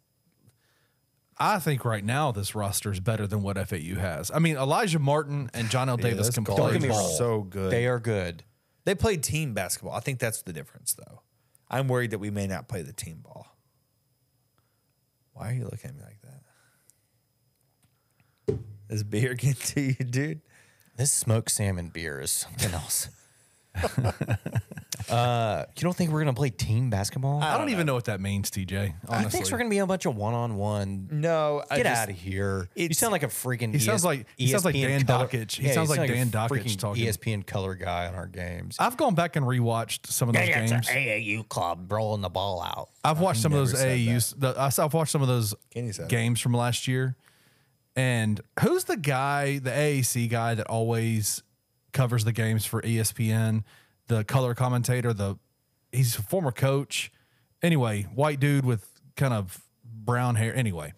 Speaker 4: I think right now this roster is better than what FAU has. I mean, Elijah Martin and John L. Davis can
Speaker 3: guys
Speaker 4: play
Speaker 2: Don't get me
Speaker 4: ball.
Speaker 2: wrong.
Speaker 3: so good.
Speaker 2: They are good.
Speaker 3: they played team basketball. I think that's the difference, though. I'm worried that we may not play the team ball. Why are you looking at me like that? Is beer getting to you, dude?
Speaker 2: This smoked salmon beer is something else. uh, you don't think we're going to play team basketball?
Speaker 4: I don't even know what that means, TJ.
Speaker 2: I think
Speaker 4: Honestly.
Speaker 2: we're going to be a bunch of one on one.
Speaker 3: No, I
Speaker 2: Get
Speaker 3: just-
Speaker 2: out of here. You
Speaker 3: it's-
Speaker 2: sound like a freaking E
Speaker 4: He sounds like- he sounds like Dan Dockich. He sounds
Speaker 2: you
Speaker 4: like
Speaker 2: a
Speaker 4: Dan Dockich
Speaker 2: freaking E
Speaker 4: talking.
Speaker 2: ESPN color guy on our games.
Speaker 4: I've gone back and rewatched some of those
Speaker 2: Hey,
Speaker 4: games.
Speaker 2: it's a AAU club rolling the ball out.
Speaker 4: I've watched some of those
Speaker 3: said
Speaker 4: AAUs. The, I saw- I've watched some of those
Speaker 3: Kenny said it.
Speaker 4: games from last year. And who's the guy, the AAC guy that always covers the games for E ESPN? The color commentator. The he's a former coach. Anyway, white dude with kind of brown hair. Anyway,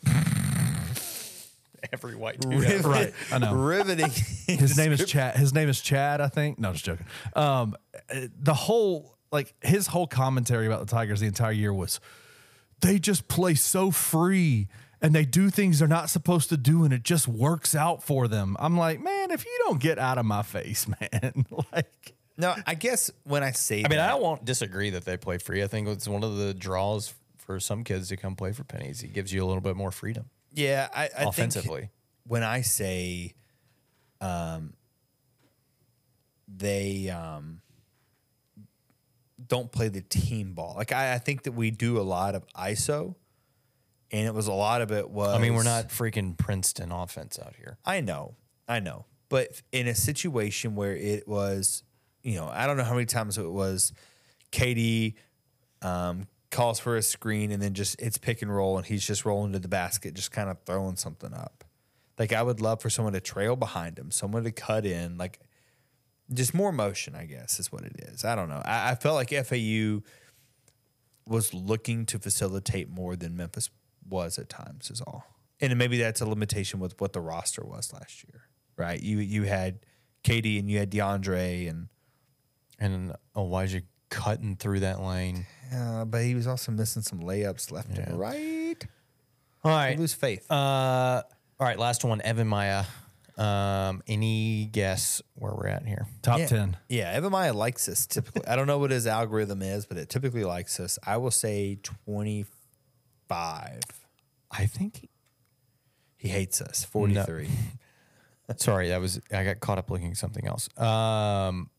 Speaker 2: Every white
Speaker 4: right. I know.
Speaker 3: riveting.
Speaker 4: His name is Chad. His name is Chad, I think. No, just joking. Um, uh, the whole like his whole commentary about the Tigers the entire year was they just play so free and they do things they're not supposed to do and it just works out for them. I'm like, man, if you don't get out of my face, man, like
Speaker 3: no, I guess when I say,
Speaker 2: I mean,
Speaker 3: that,
Speaker 2: I won't disagree that they play free. I think it's one of the draws for some kids to come play for pennies. It gives you a little bit more freedom
Speaker 3: yeah, I, I think
Speaker 2: offensively.
Speaker 3: when I say um, they um, don't play the team ball, like I, I think that we do a lot of ISO, and it was a lot of it was.
Speaker 2: I mean, we're not freaking Princeton offense out here.
Speaker 3: I know, I know, but in a situation where it was, you know, I don't know how many times it was, Katie. Um, calls for a screen and then just it's pick and roll and he's just rolling to the basket just kind of throwing something up like i would love for someone to trail behind him someone to cut in like just more motion, I guess, is what it is. I don't know. I, I felt like FAU was looking to facilitate more than Memphis was at times, is all. And maybe that's a limitation with what the roster was last year, right? You you had Katie and you had DeAndre, and
Speaker 2: And Elijah cutting through that lane.
Speaker 3: uh, but he was also missing some layups left and right.
Speaker 2: All
Speaker 3: You
Speaker 2: right.
Speaker 3: lose faith.
Speaker 2: Uh, all right. Last one, Evan Maya. Um, any guess where we're at here?
Speaker 4: top
Speaker 3: yeah.
Speaker 4: ten.
Speaker 3: Yeah, Evamaya likes us typically. I don't know what his algorithm is, but it typically likes us. I will say twenty five.
Speaker 2: I think.
Speaker 3: He hates us. Forty three.
Speaker 2: Sorry, that was I got caught up looking at something else. Um,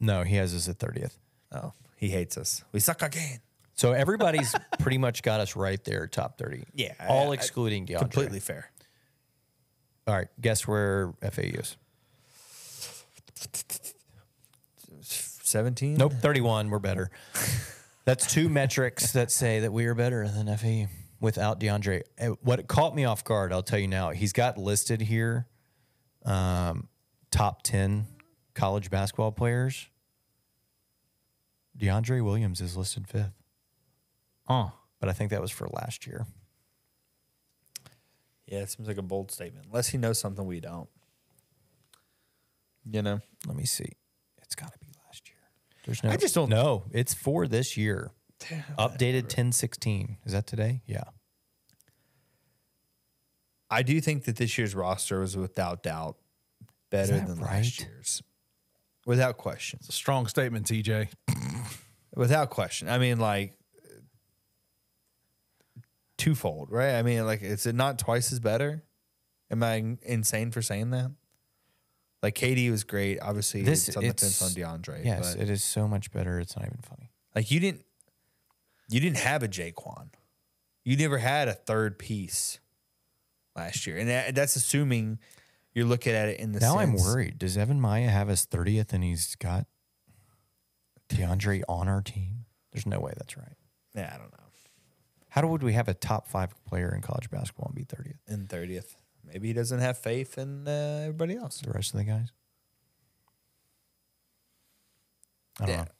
Speaker 2: no, he has us at thirtieth.
Speaker 3: Oh, he hates us. We suck again.
Speaker 2: So everybody's pretty much got us right there, top 30.
Speaker 3: Yeah, I-
Speaker 2: All
Speaker 3: I-
Speaker 2: excluding DeAndre.
Speaker 3: Completely fair.
Speaker 2: All right. Guess where FAU is?
Speaker 3: 17?
Speaker 2: Nope. 31. We're better. That's two metrics that say that we are better than FAU without DeAndre. Uh, What caught me off guard, I'll tell you now, he's got listed here um, top 10 college basketball players. DeAndre Williams is listed fifth.
Speaker 4: Oh,
Speaker 2: but I think that was for last year.
Speaker 3: Yeah, it seems like a bold statement. Unless he knows something we don't. You know?
Speaker 2: Let me see. It's got to be last year. There's no.
Speaker 3: I just don't-
Speaker 2: know. It's for this year. Updated ten sixteen. Is that today? Yeah.
Speaker 3: I do think that this year's roster was without doubt better
Speaker 2: that
Speaker 3: than last
Speaker 2: right?
Speaker 3: year's. Without question.
Speaker 4: it's a strong statement, TJ.
Speaker 3: Without question. I mean, like, twofold, right? I mean, like, is it not twice as better? Am I insane for saying that? Like, KD was great. Obviously,
Speaker 2: This-
Speaker 3: it's on the
Speaker 2: it's-
Speaker 3: fence on DeAndre.
Speaker 2: Yes,
Speaker 3: but-
Speaker 2: it is so much better. It's not even funny.
Speaker 3: Like you didn't you didn't have a Jaquan. You never had a third piece last year. And that, that's assuming you're looking at it in the
Speaker 2: now
Speaker 3: sense-
Speaker 2: I'm worried. Does Evan Maya have his thirtieth and he's got DeAndre on our team? There's no way that's right.
Speaker 3: Yeah, I don't know.
Speaker 2: How do- would we have a top five player in college basketball and be thirtieth?
Speaker 3: In 30th. Maybe he doesn't have faith in uh, everybody else.
Speaker 2: The rest of the guys. I don't
Speaker 3: Yeah.
Speaker 2: know.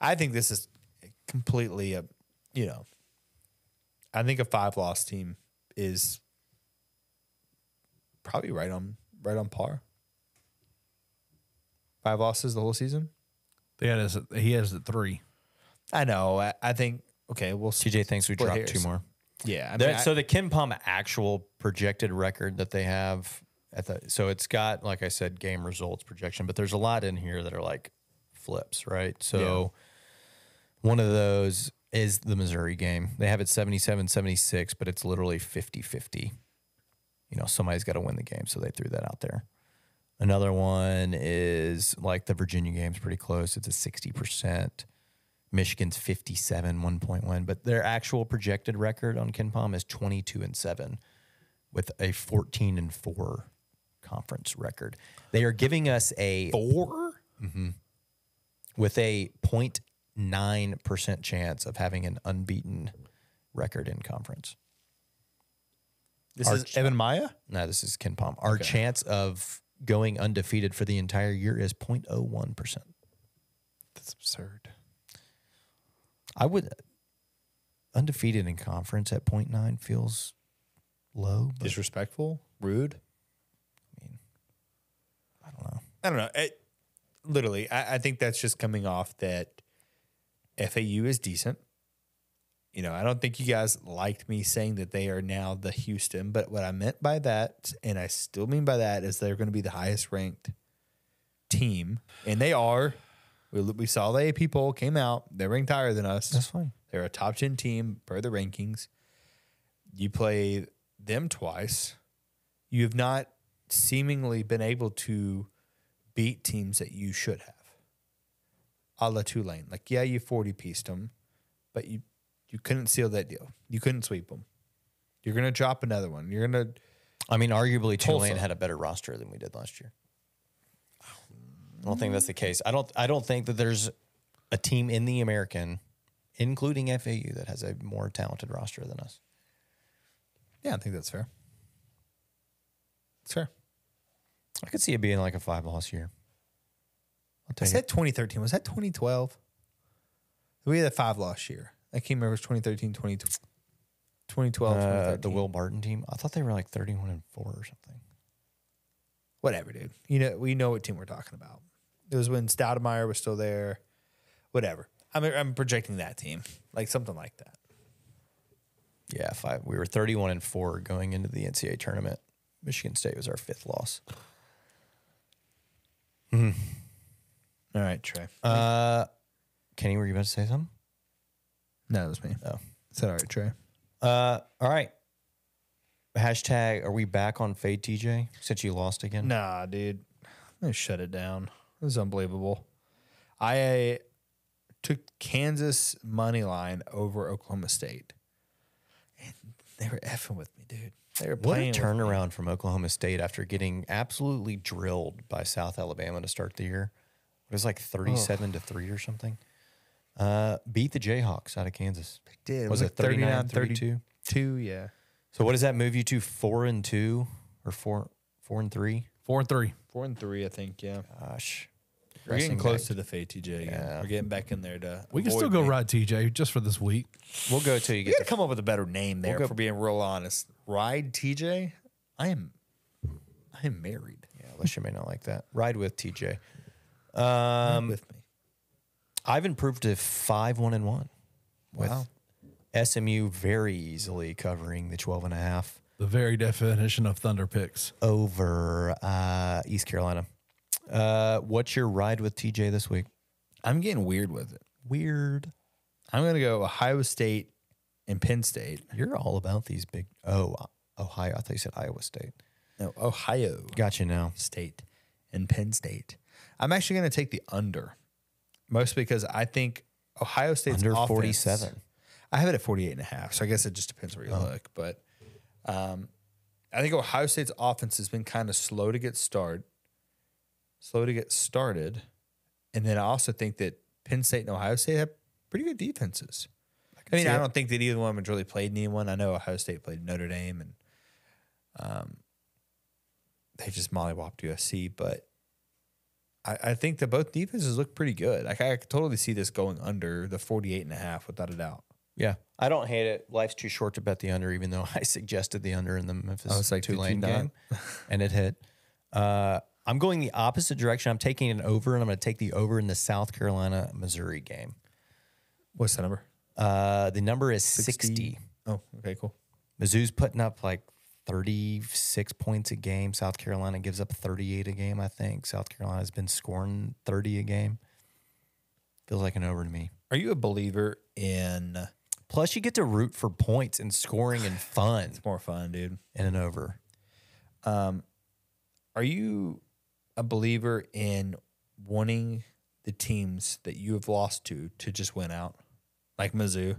Speaker 3: I think this is completely a you know I think a five loss team is probably right on right on par. Five losses the whole season?
Speaker 4: They had us. at- He has at three.
Speaker 3: I know. I, I think okay, we'll see.
Speaker 2: TJ thinks we
Speaker 3: Split
Speaker 2: dropped two
Speaker 3: hairs.
Speaker 2: more.
Speaker 3: Yeah. I mean,
Speaker 2: That-
Speaker 3: I-
Speaker 2: so the Ken Palm actual projected record that they have at the so it's got like I said game results projection, but there's a lot in here that are like flips, right? So one of those is the Missouri game. They have it 77-76, but it's literally 50-50. You know, somebody's got to win the game, so they threw that out there. Another one is like the Virginia game's pretty close. It's a 60%. Michigan's 57 1.1, but their actual projected record on Ken Palm is 22 and 7 with a 14 and 4 conference record. They are giving us a 4 with a 0.9% chance of having an unbeaten record in conference.
Speaker 3: This is Evan Maya.
Speaker 2: No, this is Ken Palm. Our chance of going undefeated for the entire year is 0.01%.
Speaker 3: That's absurd.
Speaker 2: I would undefeated in conference at 0.9 feels low, but
Speaker 3: Disrespectful, rude.
Speaker 2: I don't know.
Speaker 3: I don't know. It, literally, I, I think that's just coming off that FAU is decent. You know, I don't think you guys liked me saying that they are now the Houston, but what I meant by that, and I still mean by that, is they're going to be the highest ranked team, and they are. We, we saw the AP poll came out; they're ranked higher than us.
Speaker 2: That's fine.
Speaker 3: They're a top 10 team per the rankings. You play them twice. You have not seemingly been able to beat teams that you should have. A la Tulane. Like, yeah, you 40 pieced them, but you, you couldn't seal that deal. You couldn't sweep them. You're going to drop another one. You're going to.
Speaker 2: I mean, arguably Tulane
Speaker 3: Tulsa.
Speaker 2: had a better roster than we did last year. I don't think that's the case. I don't. I don't think that there's a team in the American, including FAU, that has a more talented roster than us.
Speaker 3: Yeah, I think that's fair. It's fair.
Speaker 2: I could see it being like a five loss year. I'll
Speaker 3: I
Speaker 2: take
Speaker 3: said
Speaker 2: it.
Speaker 3: 2013. Was that 2012? We had a five loss year. I can't remember. It was 2013, 20, 2012,
Speaker 2: Uh,
Speaker 3: 2013.
Speaker 2: the Will Barton team. I thought they were like thirty-one and four or something.
Speaker 3: Whatever, dude. You know, we know what team we're talking about. It was when Stoudemire was still there. Whatever. I'm, I'm projecting that team, like something like that.
Speaker 2: Yeah, five. We were thirty-one and four going into the NCAA tournament. Michigan State was our fifth loss.
Speaker 3: All right, Trey.
Speaker 2: Uh, Kenny, were you about to say something?
Speaker 3: no, that was me.
Speaker 2: Oh.
Speaker 3: Is that all right, Trey?
Speaker 2: Uh, all right. Hashtag, are we back on Fade TJ since you lost again?
Speaker 3: Nah, dude. I'm gonna shut it down. It was unbelievable. I uh, took Kansas money line over Oklahoma State. And they were effing with me, dude. They were
Speaker 2: What a
Speaker 3: playing. with-
Speaker 2: turnaround from Oklahoma State after getting absolutely drilled by South Alabama to start the year. It was like 37 to 3 or something. Uh, beat the Jayhawks out of Kansas.
Speaker 3: did. It
Speaker 2: Was
Speaker 3: was
Speaker 2: it
Speaker 3: like 39,
Speaker 2: 39 32?
Speaker 3: Two, yeah.
Speaker 2: So what does that move you to 4 and 2 or 4 4 and 3?
Speaker 4: Four and three.
Speaker 3: Four and three, I think, yeah.
Speaker 2: Gosh.
Speaker 3: We're getting
Speaker 2: Pressing
Speaker 3: close
Speaker 2: back.
Speaker 3: to the fade, TJ. Again.
Speaker 2: Yeah.
Speaker 3: We're getting back in there to.
Speaker 4: We can still
Speaker 3: avoid
Speaker 4: go
Speaker 3: me.
Speaker 4: ride TJ just for this week.
Speaker 2: We'll go till you
Speaker 3: You
Speaker 2: get
Speaker 3: got to
Speaker 2: to
Speaker 3: come up with a better name there.
Speaker 2: go-
Speaker 3: for being real honest, ride TJ. I am, I am married.
Speaker 2: yeah, unless you may not like that. Ride with TJ. Um,
Speaker 3: with me.
Speaker 2: I've improved to 5 1 and 1. Wow. SMU very easily covering the 12 and a half.
Speaker 4: The very definition of Thunder picks.
Speaker 2: over uh, East Carolina. Uh, what's your ride with TJ this week?
Speaker 3: I'm getting weird with it.
Speaker 2: Weird.
Speaker 3: I'm gonna go Ohio State and Penn State.
Speaker 2: You're all about these big. Oh, Ohio. I thought you said Iowa State.
Speaker 3: No, Ohio
Speaker 2: Got you now.
Speaker 3: State and Penn State. I'm actually gonna take the under, mostly because I think Ohio State's
Speaker 2: Under
Speaker 3: offense-
Speaker 2: 47.
Speaker 3: I have it at 48 and a half, so I guess it just depends where you look. But um, I think Ohio State's offense has been kind of slow to get start, slow to get started, and then I also think that Penn State and Ohio State have pretty good defenses. I, mean, I don't think that either one of them really played anyone. I know Ohio State played Notre Dame, and um, they just mollywopped USC. But I, I think that both defenses look pretty good. Like I could totally see this going under the 48 and a half without a doubt.
Speaker 2: Yeah. I don't hate it. Life's too short to bet the under, even though I suggested the under in the Memphis
Speaker 3: was like, did you
Speaker 2: Tulane
Speaker 3: not?
Speaker 2: game and it hit. Uh, I'm going the opposite direction. I'm taking an over and I'm going to take the over in the South Carolina Missouri game.
Speaker 3: What's the number?
Speaker 2: Uh, the number is 60.
Speaker 3: Oh, okay, cool.
Speaker 2: Mizzou's putting up like 36 points a game. South Carolina gives up 38 a game, I think. South Carolina's been scoring 30 a game. Feels like an over to me.
Speaker 3: Are you a believer in
Speaker 2: Plus, you get to root for points and scoring and fun
Speaker 3: more fun, dude?
Speaker 2: in an over.
Speaker 3: Are you a believer in wanting the teams that you have lost to to just win out, like Mizzou?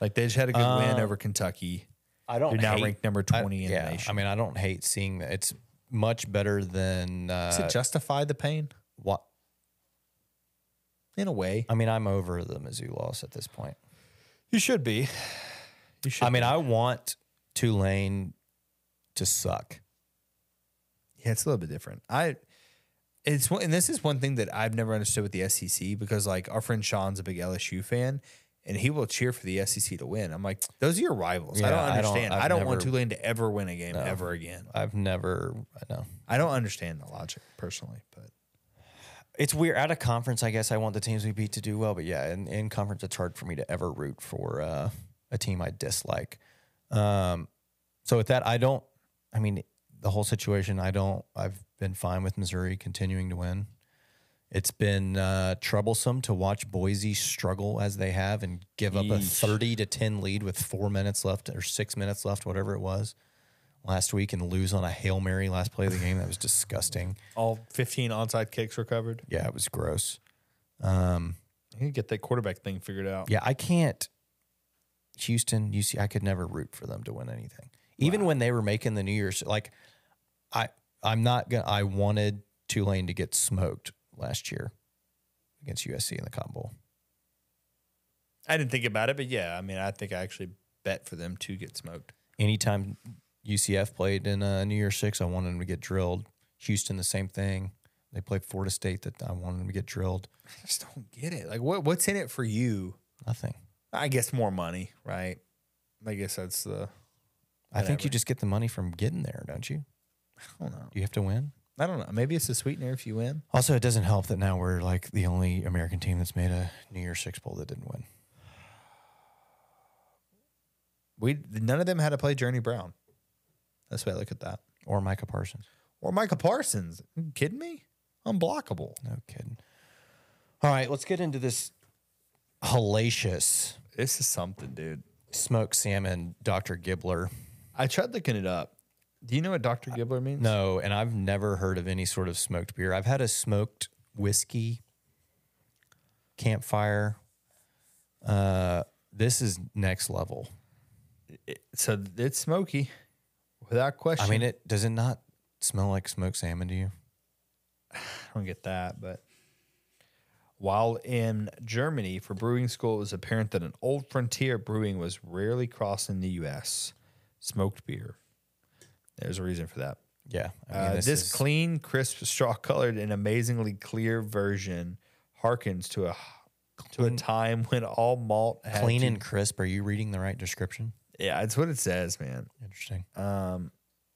Speaker 3: Like they just had a good win over Kentucky.
Speaker 2: Um, I don't
Speaker 3: They're now ranked number twenty in
Speaker 2: yeah,
Speaker 3: the nation.
Speaker 2: Uh, I mean, I don't hate seeing that. It's much better than
Speaker 3: Does
Speaker 2: uh,
Speaker 3: it justify the pain
Speaker 2: what.
Speaker 3: in a way?
Speaker 2: I mean, I'm over the Mizzou loss at this point.
Speaker 3: You should be. You should.
Speaker 2: I mean, I want Tulane to suck.
Speaker 3: Yeah, it's a little bit different. I it's one, and this is one thing that I've never understood with the SEC because like our friend Sean's a big LSU fan and he will cheer for the SEC to win. I'm like, those are your rivals. I
Speaker 2: Yeah,
Speaker 3: don't
Speaker 2: I don't-
Speaker 3: understand. I
Speaker 2: I've
Speaker 3: don't, want
Speaker 2: never-
Speaker 3: Tulane to ever win a game ever again.
Speaker 2: I've never, I know.
Speaker 3: I don't understand the logic personally, but
Speaker 2: it's weird out of conference. I guess I want the teams we beat to do well, but yeah, in, in conference, it's hard for me to ever root for uh, a team I dislike. Um, so with that, I don't. I mean, the whole situation. I don't. I've been fine with Missouri continuing to win. It's been uh, troublesome to watch Boise struggle as they have and give up a thirty to ten lead with four minutes left or six minutes left, whatever it was last week, and lose on a hail mary last play of the game. That was disgusting.
Speaker 3: all 15 onside kicks recovered.
Speaker 2: Yeah, it was gross.
Speaker 3: You can get that quarterback thing figured out.
Speaker 2: Yeah, I can't. Houston, UC, I could never root for them to win anything. Even when they were making the New Year's, like I, I'm not gonna. I wanted Tulane to get smoked last year against USC in the Cotton Bowl.
Speaker 3: I didn't think about it, but yeah, I mean, I think I actually bet for them to get smoked.
Speaker 2: Anytime UCF played in uh, New Year's Six, I wanted them to get drilled. Houston, the same thing. They played Florida State, that I wanted them to get drilled.
Speaker 3: I just don't get it. Like what what's in it for you?
Speaker 2: Nothing.
Speaker 3: I guess more money, right? I guess that's the
Speaker 2: I think you just get the money from getting there, don't you?
Speaker 3: I don't know.
Speaker 2: You have to win.
Speaker 3: I don't know. Maybe it's a sweetener if you win.
Speaker 2: Also, it doesn't help that now we're like the only American team that's made a New Year's Six bowl that didn't win.
Speaker 3: We none of them had to play Journey Brown. That's the way I look at that.
Speaker 2: Or Micah Parsons.
Speaker 3: Or Michael Parsons. you kidding me? Unblockable.
Speaker 2: No kidding. All right, let's get into this hellacious
Speaker 3: This is something, dude.
Speaker 2: smoked salmon, Dr. Gibbler.
Speaker 3: I tried looking it up. Do you know what Dr. Gibbler means?
Speaker 2: No, and I've never heard of any sort of smoked beer. I've had a smoked whiskey. campfire. Uh, this is next level.
Speaker 3: So it's smoky, without question.
Speaker 2: I mean, it does it not smell like smoked salmon to you?
Speaker 3: I don't get that, but while in Germany for brewing school, it was apparent that an old frontier brewing was rarely crossed in the U.S. Smoked beer. There's a reason for that.
Speaker 2: Yeah. I mean,
Speaker 3: Uh, this
Speaker 2: is-
Speaker 3: clean, crisp, straw-colored, and amazingly clear version harkens to a to a time when all malt had
Speaker 2: clean
Speaker 3: to-
Speaker 2: and crisp. Are you reading the right description?
Speaker 3: yeah, that's what it says, man.
Speaker 2: Interesting.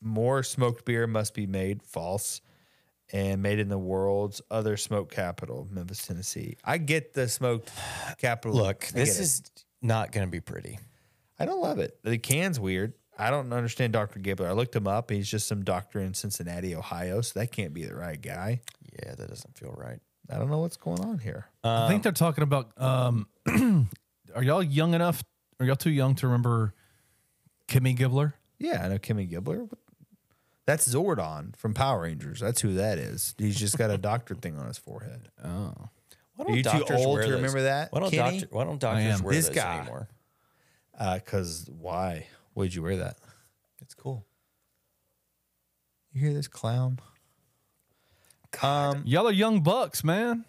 Speaker 3: more smoked beer must be made false and made in the world's other smoke capital memphis tennessee i get the smoked capital
Speaker 2: Look,
Speaker 3: I
Speaker 2: this
Speaker 3: get it.
Speaker 2: is not going to be pretty.
Speaker 3: i don't love it the can's weird i don't understand dr gibbler i looked him up he's just some doctor in cincinnati ohio so that can't be the right guy
Speaker 2: Yeah, that doesn't feel right.
Speaker 3: i don't know what's going on here
Speaker 4: I think they're talking about. Um, are y'all young enough? Are y'all too young to remember Kimmy Gibbler?
Speaker 3: yeah i know kimmy gibbler that's zordon from power rangers that's who that is he's just got a doctor thing on his forehead
Speaker 2: Why
Speaker 3: Oh. you too
Speaker 2: doctors
Speaker 3: old
Speaker 2: wear
Speaker 3: to
Speaker 2: those?
Speaker 3: remember that,
Speaker 2: Why don't
Speaker 3: Kenny?
Speaker 2: doctor, Why don't doctors
Speaker 4: am.
Speaker 2: wear
Speaker 3: This
Speaker 2: those
Speaker 3: guy.
Speaker 2: anymore?
Speaker 3: because Uh, why would you wear that
Speaker 2: It's cool.
Speaker 3: you hear this clown um
Speaker 4: Y'all are young bucks, man.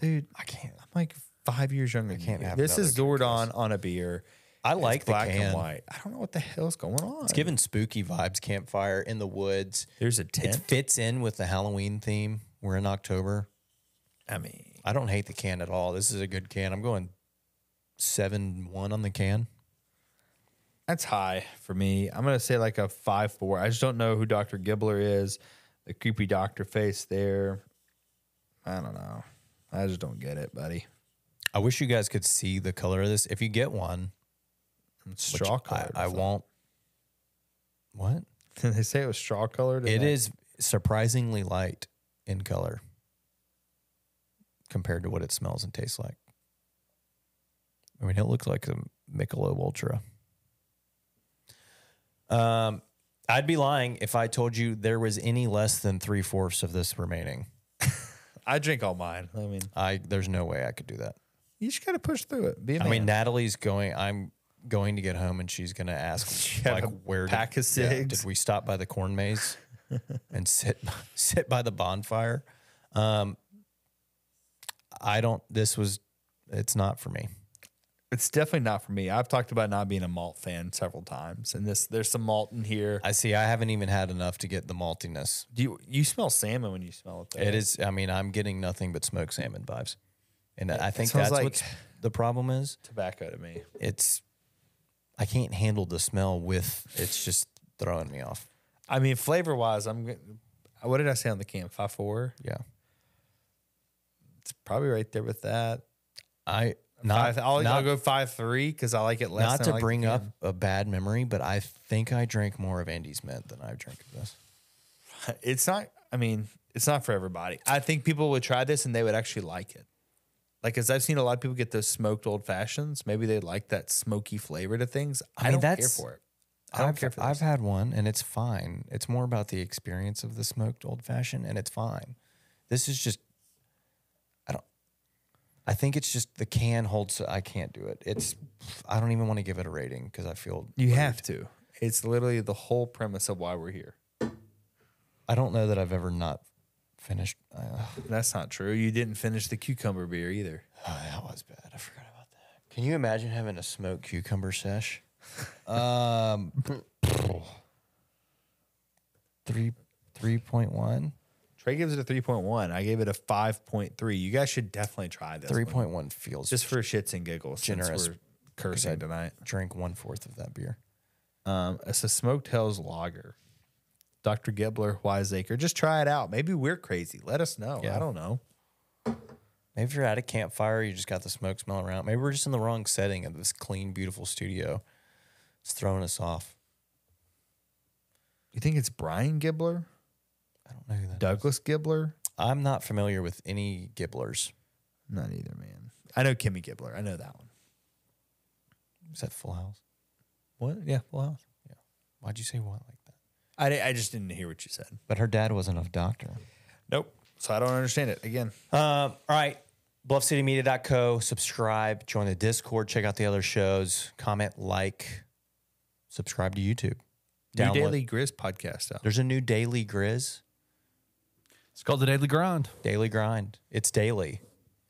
Speaker 3: dude. I can't. I'm like five years younger. I
Speaker 2: can't have
Speaker 3: This is
Speaker 2: another
Speaker 3: Zordon on a beer.
Speaker 2: I
Speaker 3: It's
Speaker 2: like the
Speaker 3: black
Speaker 2: can.
Speaker 3: and white. I don't know what the hell's going on.
Speaker 2: It's giving spooky vibes. Campfire in the woods.
Speaker 3: There's a
Speaker 2: It
Speaker 3: tent.
Speaker 2: fits in with the Halloween theme. We're in October.
Speaker 3: I mean,
Speaker 2: I don't hate the can at all. This is a good can. I'm going seven one on the can.
Speaker 3: that's high for me. I'm gonna say like a five four. I just don't know who Doctor Gibbler is. The creepy doctor face there. I don't know. I just don't get it, buddy.
Speaker 2: I wish you guys could see the color of this. If you get one,
Speaker 3: It's
Speaker 2: which
Speaker 3: straw colored.
Speaker 2: I, I won't. What?
Speaker 3: Did they say it was straw colored?
Speaker 2: It is surprisingly light in color compared to what it smells and tastes like. I mean, it looks like a Michelob Ultra. Um, I'd be lying if I told you there was any less than three fourths of this remaining.
Speaker 3: I drink all mine. I mean,
Speaker 2: I there's no way I could do that.
Speaker 3: you just gotta push through it. Be a
Speaker 2: I mean,
Speaker 3: man.
Speaker 2: Natalie's going. I'm going to get home, and she's going to ask,
Speaker 3: had
Speaker 2: like,
Speaker 3: a
Speaker 2: where
Speaker 3: pack of
Speaker 2: yeah,
Speaker 3: cigs.
Speaker 2: did we stop by the corn maze and sit sit by the bonfire? Um, I don't. This was. It's not for me.
Speaker 3: It's definitely not for me. I've talked about not being a malt fan several times, and this there's some malt in here.
Speaker 2: I see. I haven't even had enough to get the maltiness.
Speaker 3: Do you you smell salmon when you smell it? Though.
Speaker 2: It is. I mean, I'm getting nothing but smoked salmon vibes, and I think
Speaker 3: smells
Speaker 2: that's
Speaker 3: like-
Speaker 2: what's the problem is.
Speaker 3: tobacco to me.
Speaker 2: It's I can't handle the smell with. It's just throwing me off.
Speaker 3: I mean, flavor wise, I'm. g- What did I say on the can? Five four.
Speaker 2: Yeah.
Speaker 3: It's probably right there with that.
Speaker 2: I not.
Speaker 3: Five- I'll,
Speaker 2: not
Speaker 3: I'll go five three because I like it less.
Speaker 2: Not
Speaker 3: than I
Speaker 2: to
Speaker 3: like the
Speaker 2: bring
Speaker 3: can.
Speaker 2: up a bad memory, but I think I drank more of Andy's mint than I drank of this.
Speaker 3: it's not. I mean, it's not for everybody. I think people would try this and they would actually like it. Like, as I've seen a lot of people get those smoked old fashions. Maybe they like that smoky flavor to things. I,
Speaker 2: mean,
Speaker 3: don't care
Speaker 2: that's-
Speaker 3: for it. I don't
Speaker 2: I've,
Speaker 3: care for
Speaker 2: I've
Speaker 3: this.
Speaker 2: had one and it's fine. It's more about the experience of the smoked old fashioned and it's fine. This is just, I don't, I think it's just the can holds, I can't do it. It's, I don't even want to give it a rating because I feel,
Speaker 3: You have to. It's literally the whole premise of why we're here.
Speaker 2: I don't know that I've ever not finished. Uh,
Speaker 3: That's not true. You didn't finish the cucumber beer either.
Speaker 2: Oh, that was bad. I forgot about that. Can you imagine having a smoked cucumber sesh? Um, three three point one.
Speaker 3: Trey gives it a 3.1. I gave it a 5.3. You guys should definitely try this.
Speaker 2: Three
Speaker 3: one.
Speaker 2: point one feels
Speaker 3: Just for shits and giggles.
Speaker 2: Generous,
Speaker 3: Generous. Since we're cursing tonight.
Speaker 2: drink one fourth of that beer.
Speaker 3: Um, it's a Smoked Hells Lager. Dr. Gebler, Wiseacre. Just try it out. Maybe we're crazy. Let us know. I don't know.
Speaker 2: Maybe if you're at a campfire, you just got the smoke smell around. Maybe we're just in the wrong setting of this clean, beautiful studio. It's throwing us off.
Speaker 3: You think it's Brian Gibbler?
Speaker 2: I don't know who that.
Speaker 3: Douglas Gibbler?
Speaker 2: I'm not familiar with any Gibblers.
Speaker 3: Not either, man. I know Kimmy Gibbler. I know that one.
Speaker 2: Is that Full House?
Speaker 3: What? Yeah, Full House.
Speaker 2: Why'd you say what like that?
Speaker 3: I, di- I just didn't hear what you said.
Speaker 2: But her dad wasn't a doctor.
Speaker 3: Nope. So I don't understand it. Again,
Speaker 2: Um, Uh, all right. BluffCityMedia.co. Subscribe, join the Discord, check out the other shows, comment, like, subscribe to YouTube.
Speaker 3: New
Speaker 2: Download-
Speaker 3: Daily Grizz podcast out.
Speaker 2: There's a new daily Grizz,
Speaker 4: It's called the Daily Grind.
Speaker 2: daily grind. It's daily.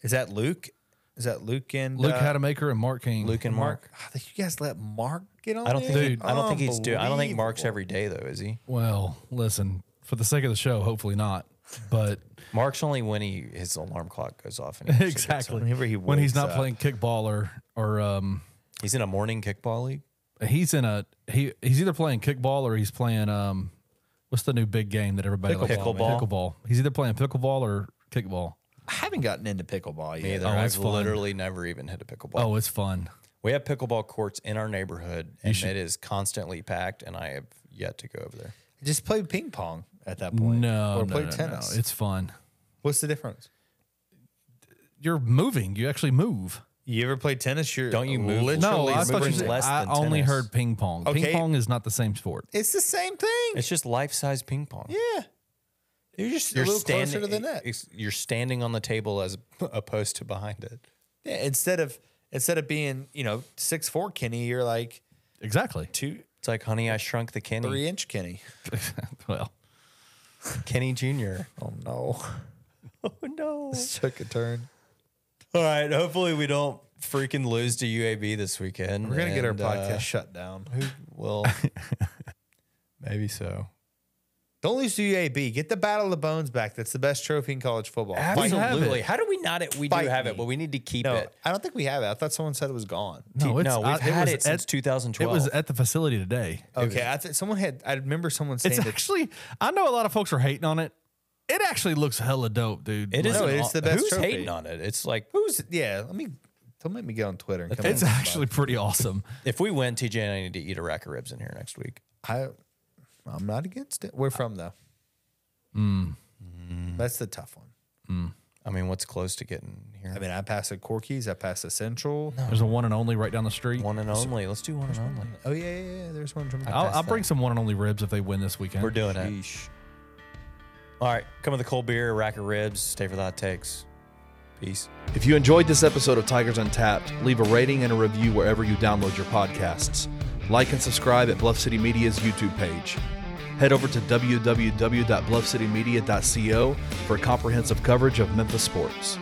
Speaker 3: Is that Luke? Is that Luke and
Speaker 4: Luke
Speaker 3: uh,
Speaker 4: Hadamaker and Mark King.
Speaker 2: Luke and Mark.
Speaker 3: I think you guys let Mark get on.
Speaker 2: I don't think.
Speaker 3: there?
Speaker 2: he- I don't think he's doing. I don't think Mark's
Speaker 3: Unbelievable.
Speaker 2: every day though, is he?
Speaker 4: Well, listen, for the sake of the show, hopefully not. But
Speaker 2: Mark's only when he his alarm clock goes off. And he actually gets up.
Speaker 3: Whenever he
Speaker 4: when he's
Speaker 3: wakes
Speaker 4: not
Speaker 3: up.
Speaker 4: playing kickball or or um,
Speaker 2: He's in a morning kickball league.
Speaker 4: he's in a he he's either playing kickball or he's playing um, what's the new big game that everybody likes?
Speaker 2: Pickleball.
Speaker 4: Pickleball. He's either playing pickleball or kickball.
Speaker 3: I haven't gotten into pickleball yet.
Speaker 2: Either
Speaker 4: Oh, that's
Speaker 2: I've
Speaker 4: fun.
Speaker 2: literally never even hit a pickleball.
Speaker 4: Oh, it's fun.
Speaker 2: We have pickleball courts in our neighborhood, and it is constantly packed. And I have yet to go over there.
Speaker 3: Just play ping pong at that point.
Speaker 4: No,
Speaker 3: or
Speaker 4: no,
Speaker 3: play
Speaker 4: no, no,
Speaker 3: tennis.
Speaker 4: It's fun.
Speaker 3: What's the difference?
Speaker 4: You're moving. You actually move.
Speaker 3: You ever play tennis? You're
Speaker 2: Don't you move?
Speaker 3: literally
Speaker 4: No, I thought you
Speaker 3: moving
Speaker 4: said,
Speaker 2: less
Speaker 4: I
Speaker 2: than
Speaker 4: only
Speaker 2: tennis.
Speaker 4: heard ping pong.
Speaker 3: Okay.
Speaker 4: Ping pong is not the same sport.
Speaker 3: It's the same thing.
Speaker 2: It's just life size ping pong.
Speaker 3: yeah, you're just a little closer to the net.
Speaker 2: it's- You're standing on the table as opposed to behind it.
Speaker 3: Yeah, instead of instead of being you know six four Kenny, you're like
Speaker 4: Exactly.
Speaker 3: two
Speaker 2: It's like, honey, I shrunk the Kenny.
Speaker 3: three inch Kenny.
Speaker 4: well,
Speaker 2: Kenny Jr.
Speaker 3: Oh no,
Speaker 2: Oh no.
Speaker 3: took a turn.
Speaker 2: All right. Hopefully we don't freaking lose to UAB this weekend.
Speaker 3: We're gonna get our
Speaker 2: and, uh,
Speaker 3: podcast shut down.
Speaker 2: well, maybe so.
Speaker 3: Don't lose to UAB. Get the Battle of the Bones back. That's the best trophy in college football.
Speaker 4: Absolutely.
Speaker 3: Fight-
Speaker 2: Absolutely. uh, How do we not it? We
Speaker 3: Fight
Speaker 2: do have
Speaker 3: me.
Speaker 2: it, but we need to keep
Speaker 3: No, Uh,
Speaker 2: it.
Speaker 3: I don't think we have it. I thought someone said it was gone.
Speaker 4: no, it's,
Speaker 2: no, we've
Speaker 4: I-
Speaker 2: had
Speaker 4: was
Speaker 2: it since
Speaker 4: at-
Speaker 2: 2012.
Speaker 4: It was at the facility today.
Speaker 1: Oh,
Speaker 3: Okay, I think someone had. I remember someone saying
Speaker 4: It's
Speaker 3: that.
Speaker 4: actually, I know a lot of folks are hating on it. It actually looks hella dope, dude.
Speaker 2: It
Speaker 4: Like,
Speaker 2: is.
Speaker 3: No,
Speaker 2: an
Speaker 3: it's
Speaker 2: aw-
Speaker 3: the best
Speaker 2: Who's
Speaker 3: trophy.
Speaker 2: hating on it? It's like
Speaker 3: Who's? Yeah, let me. Don't make me get on Twitter. And come
Speaker 4: It's
Speaker 3: up with
Speaker 4: actually pretty awesome.
Speaker 2: if we win, TJ and I need to eat a rack of ribs in here next week.
Speaker 3: I, I'm not against it. Where from though? That's the tough one.
Speaker 2: I mean, what's close to getting here?
Speaker 3: I mean, I passed the Corky's. I passed the Central.
Speaker 4: There's a one and only right down the street.
Speaker 2: One and only. Let's do one and only.
Speaker 3: Oh yeah, yeah, yeah. There's one from.
Speaker 4: I'll, I'll bring some one and only ribs if they win this weekend.
Speaker 2: We're doing it. All right. Come with a cold beer, a rack of ribs. Stay for the hot takes. Peace.
Speaker 1: If you enjoyed this episode of Tigers Untapped, leave a rating and a review wherever you download your podcasts. Like and subscribe at Bluff City Media's YouTube page. Head over to www.bluffcitymedia.co for comprehensive coverage of Memphis sports.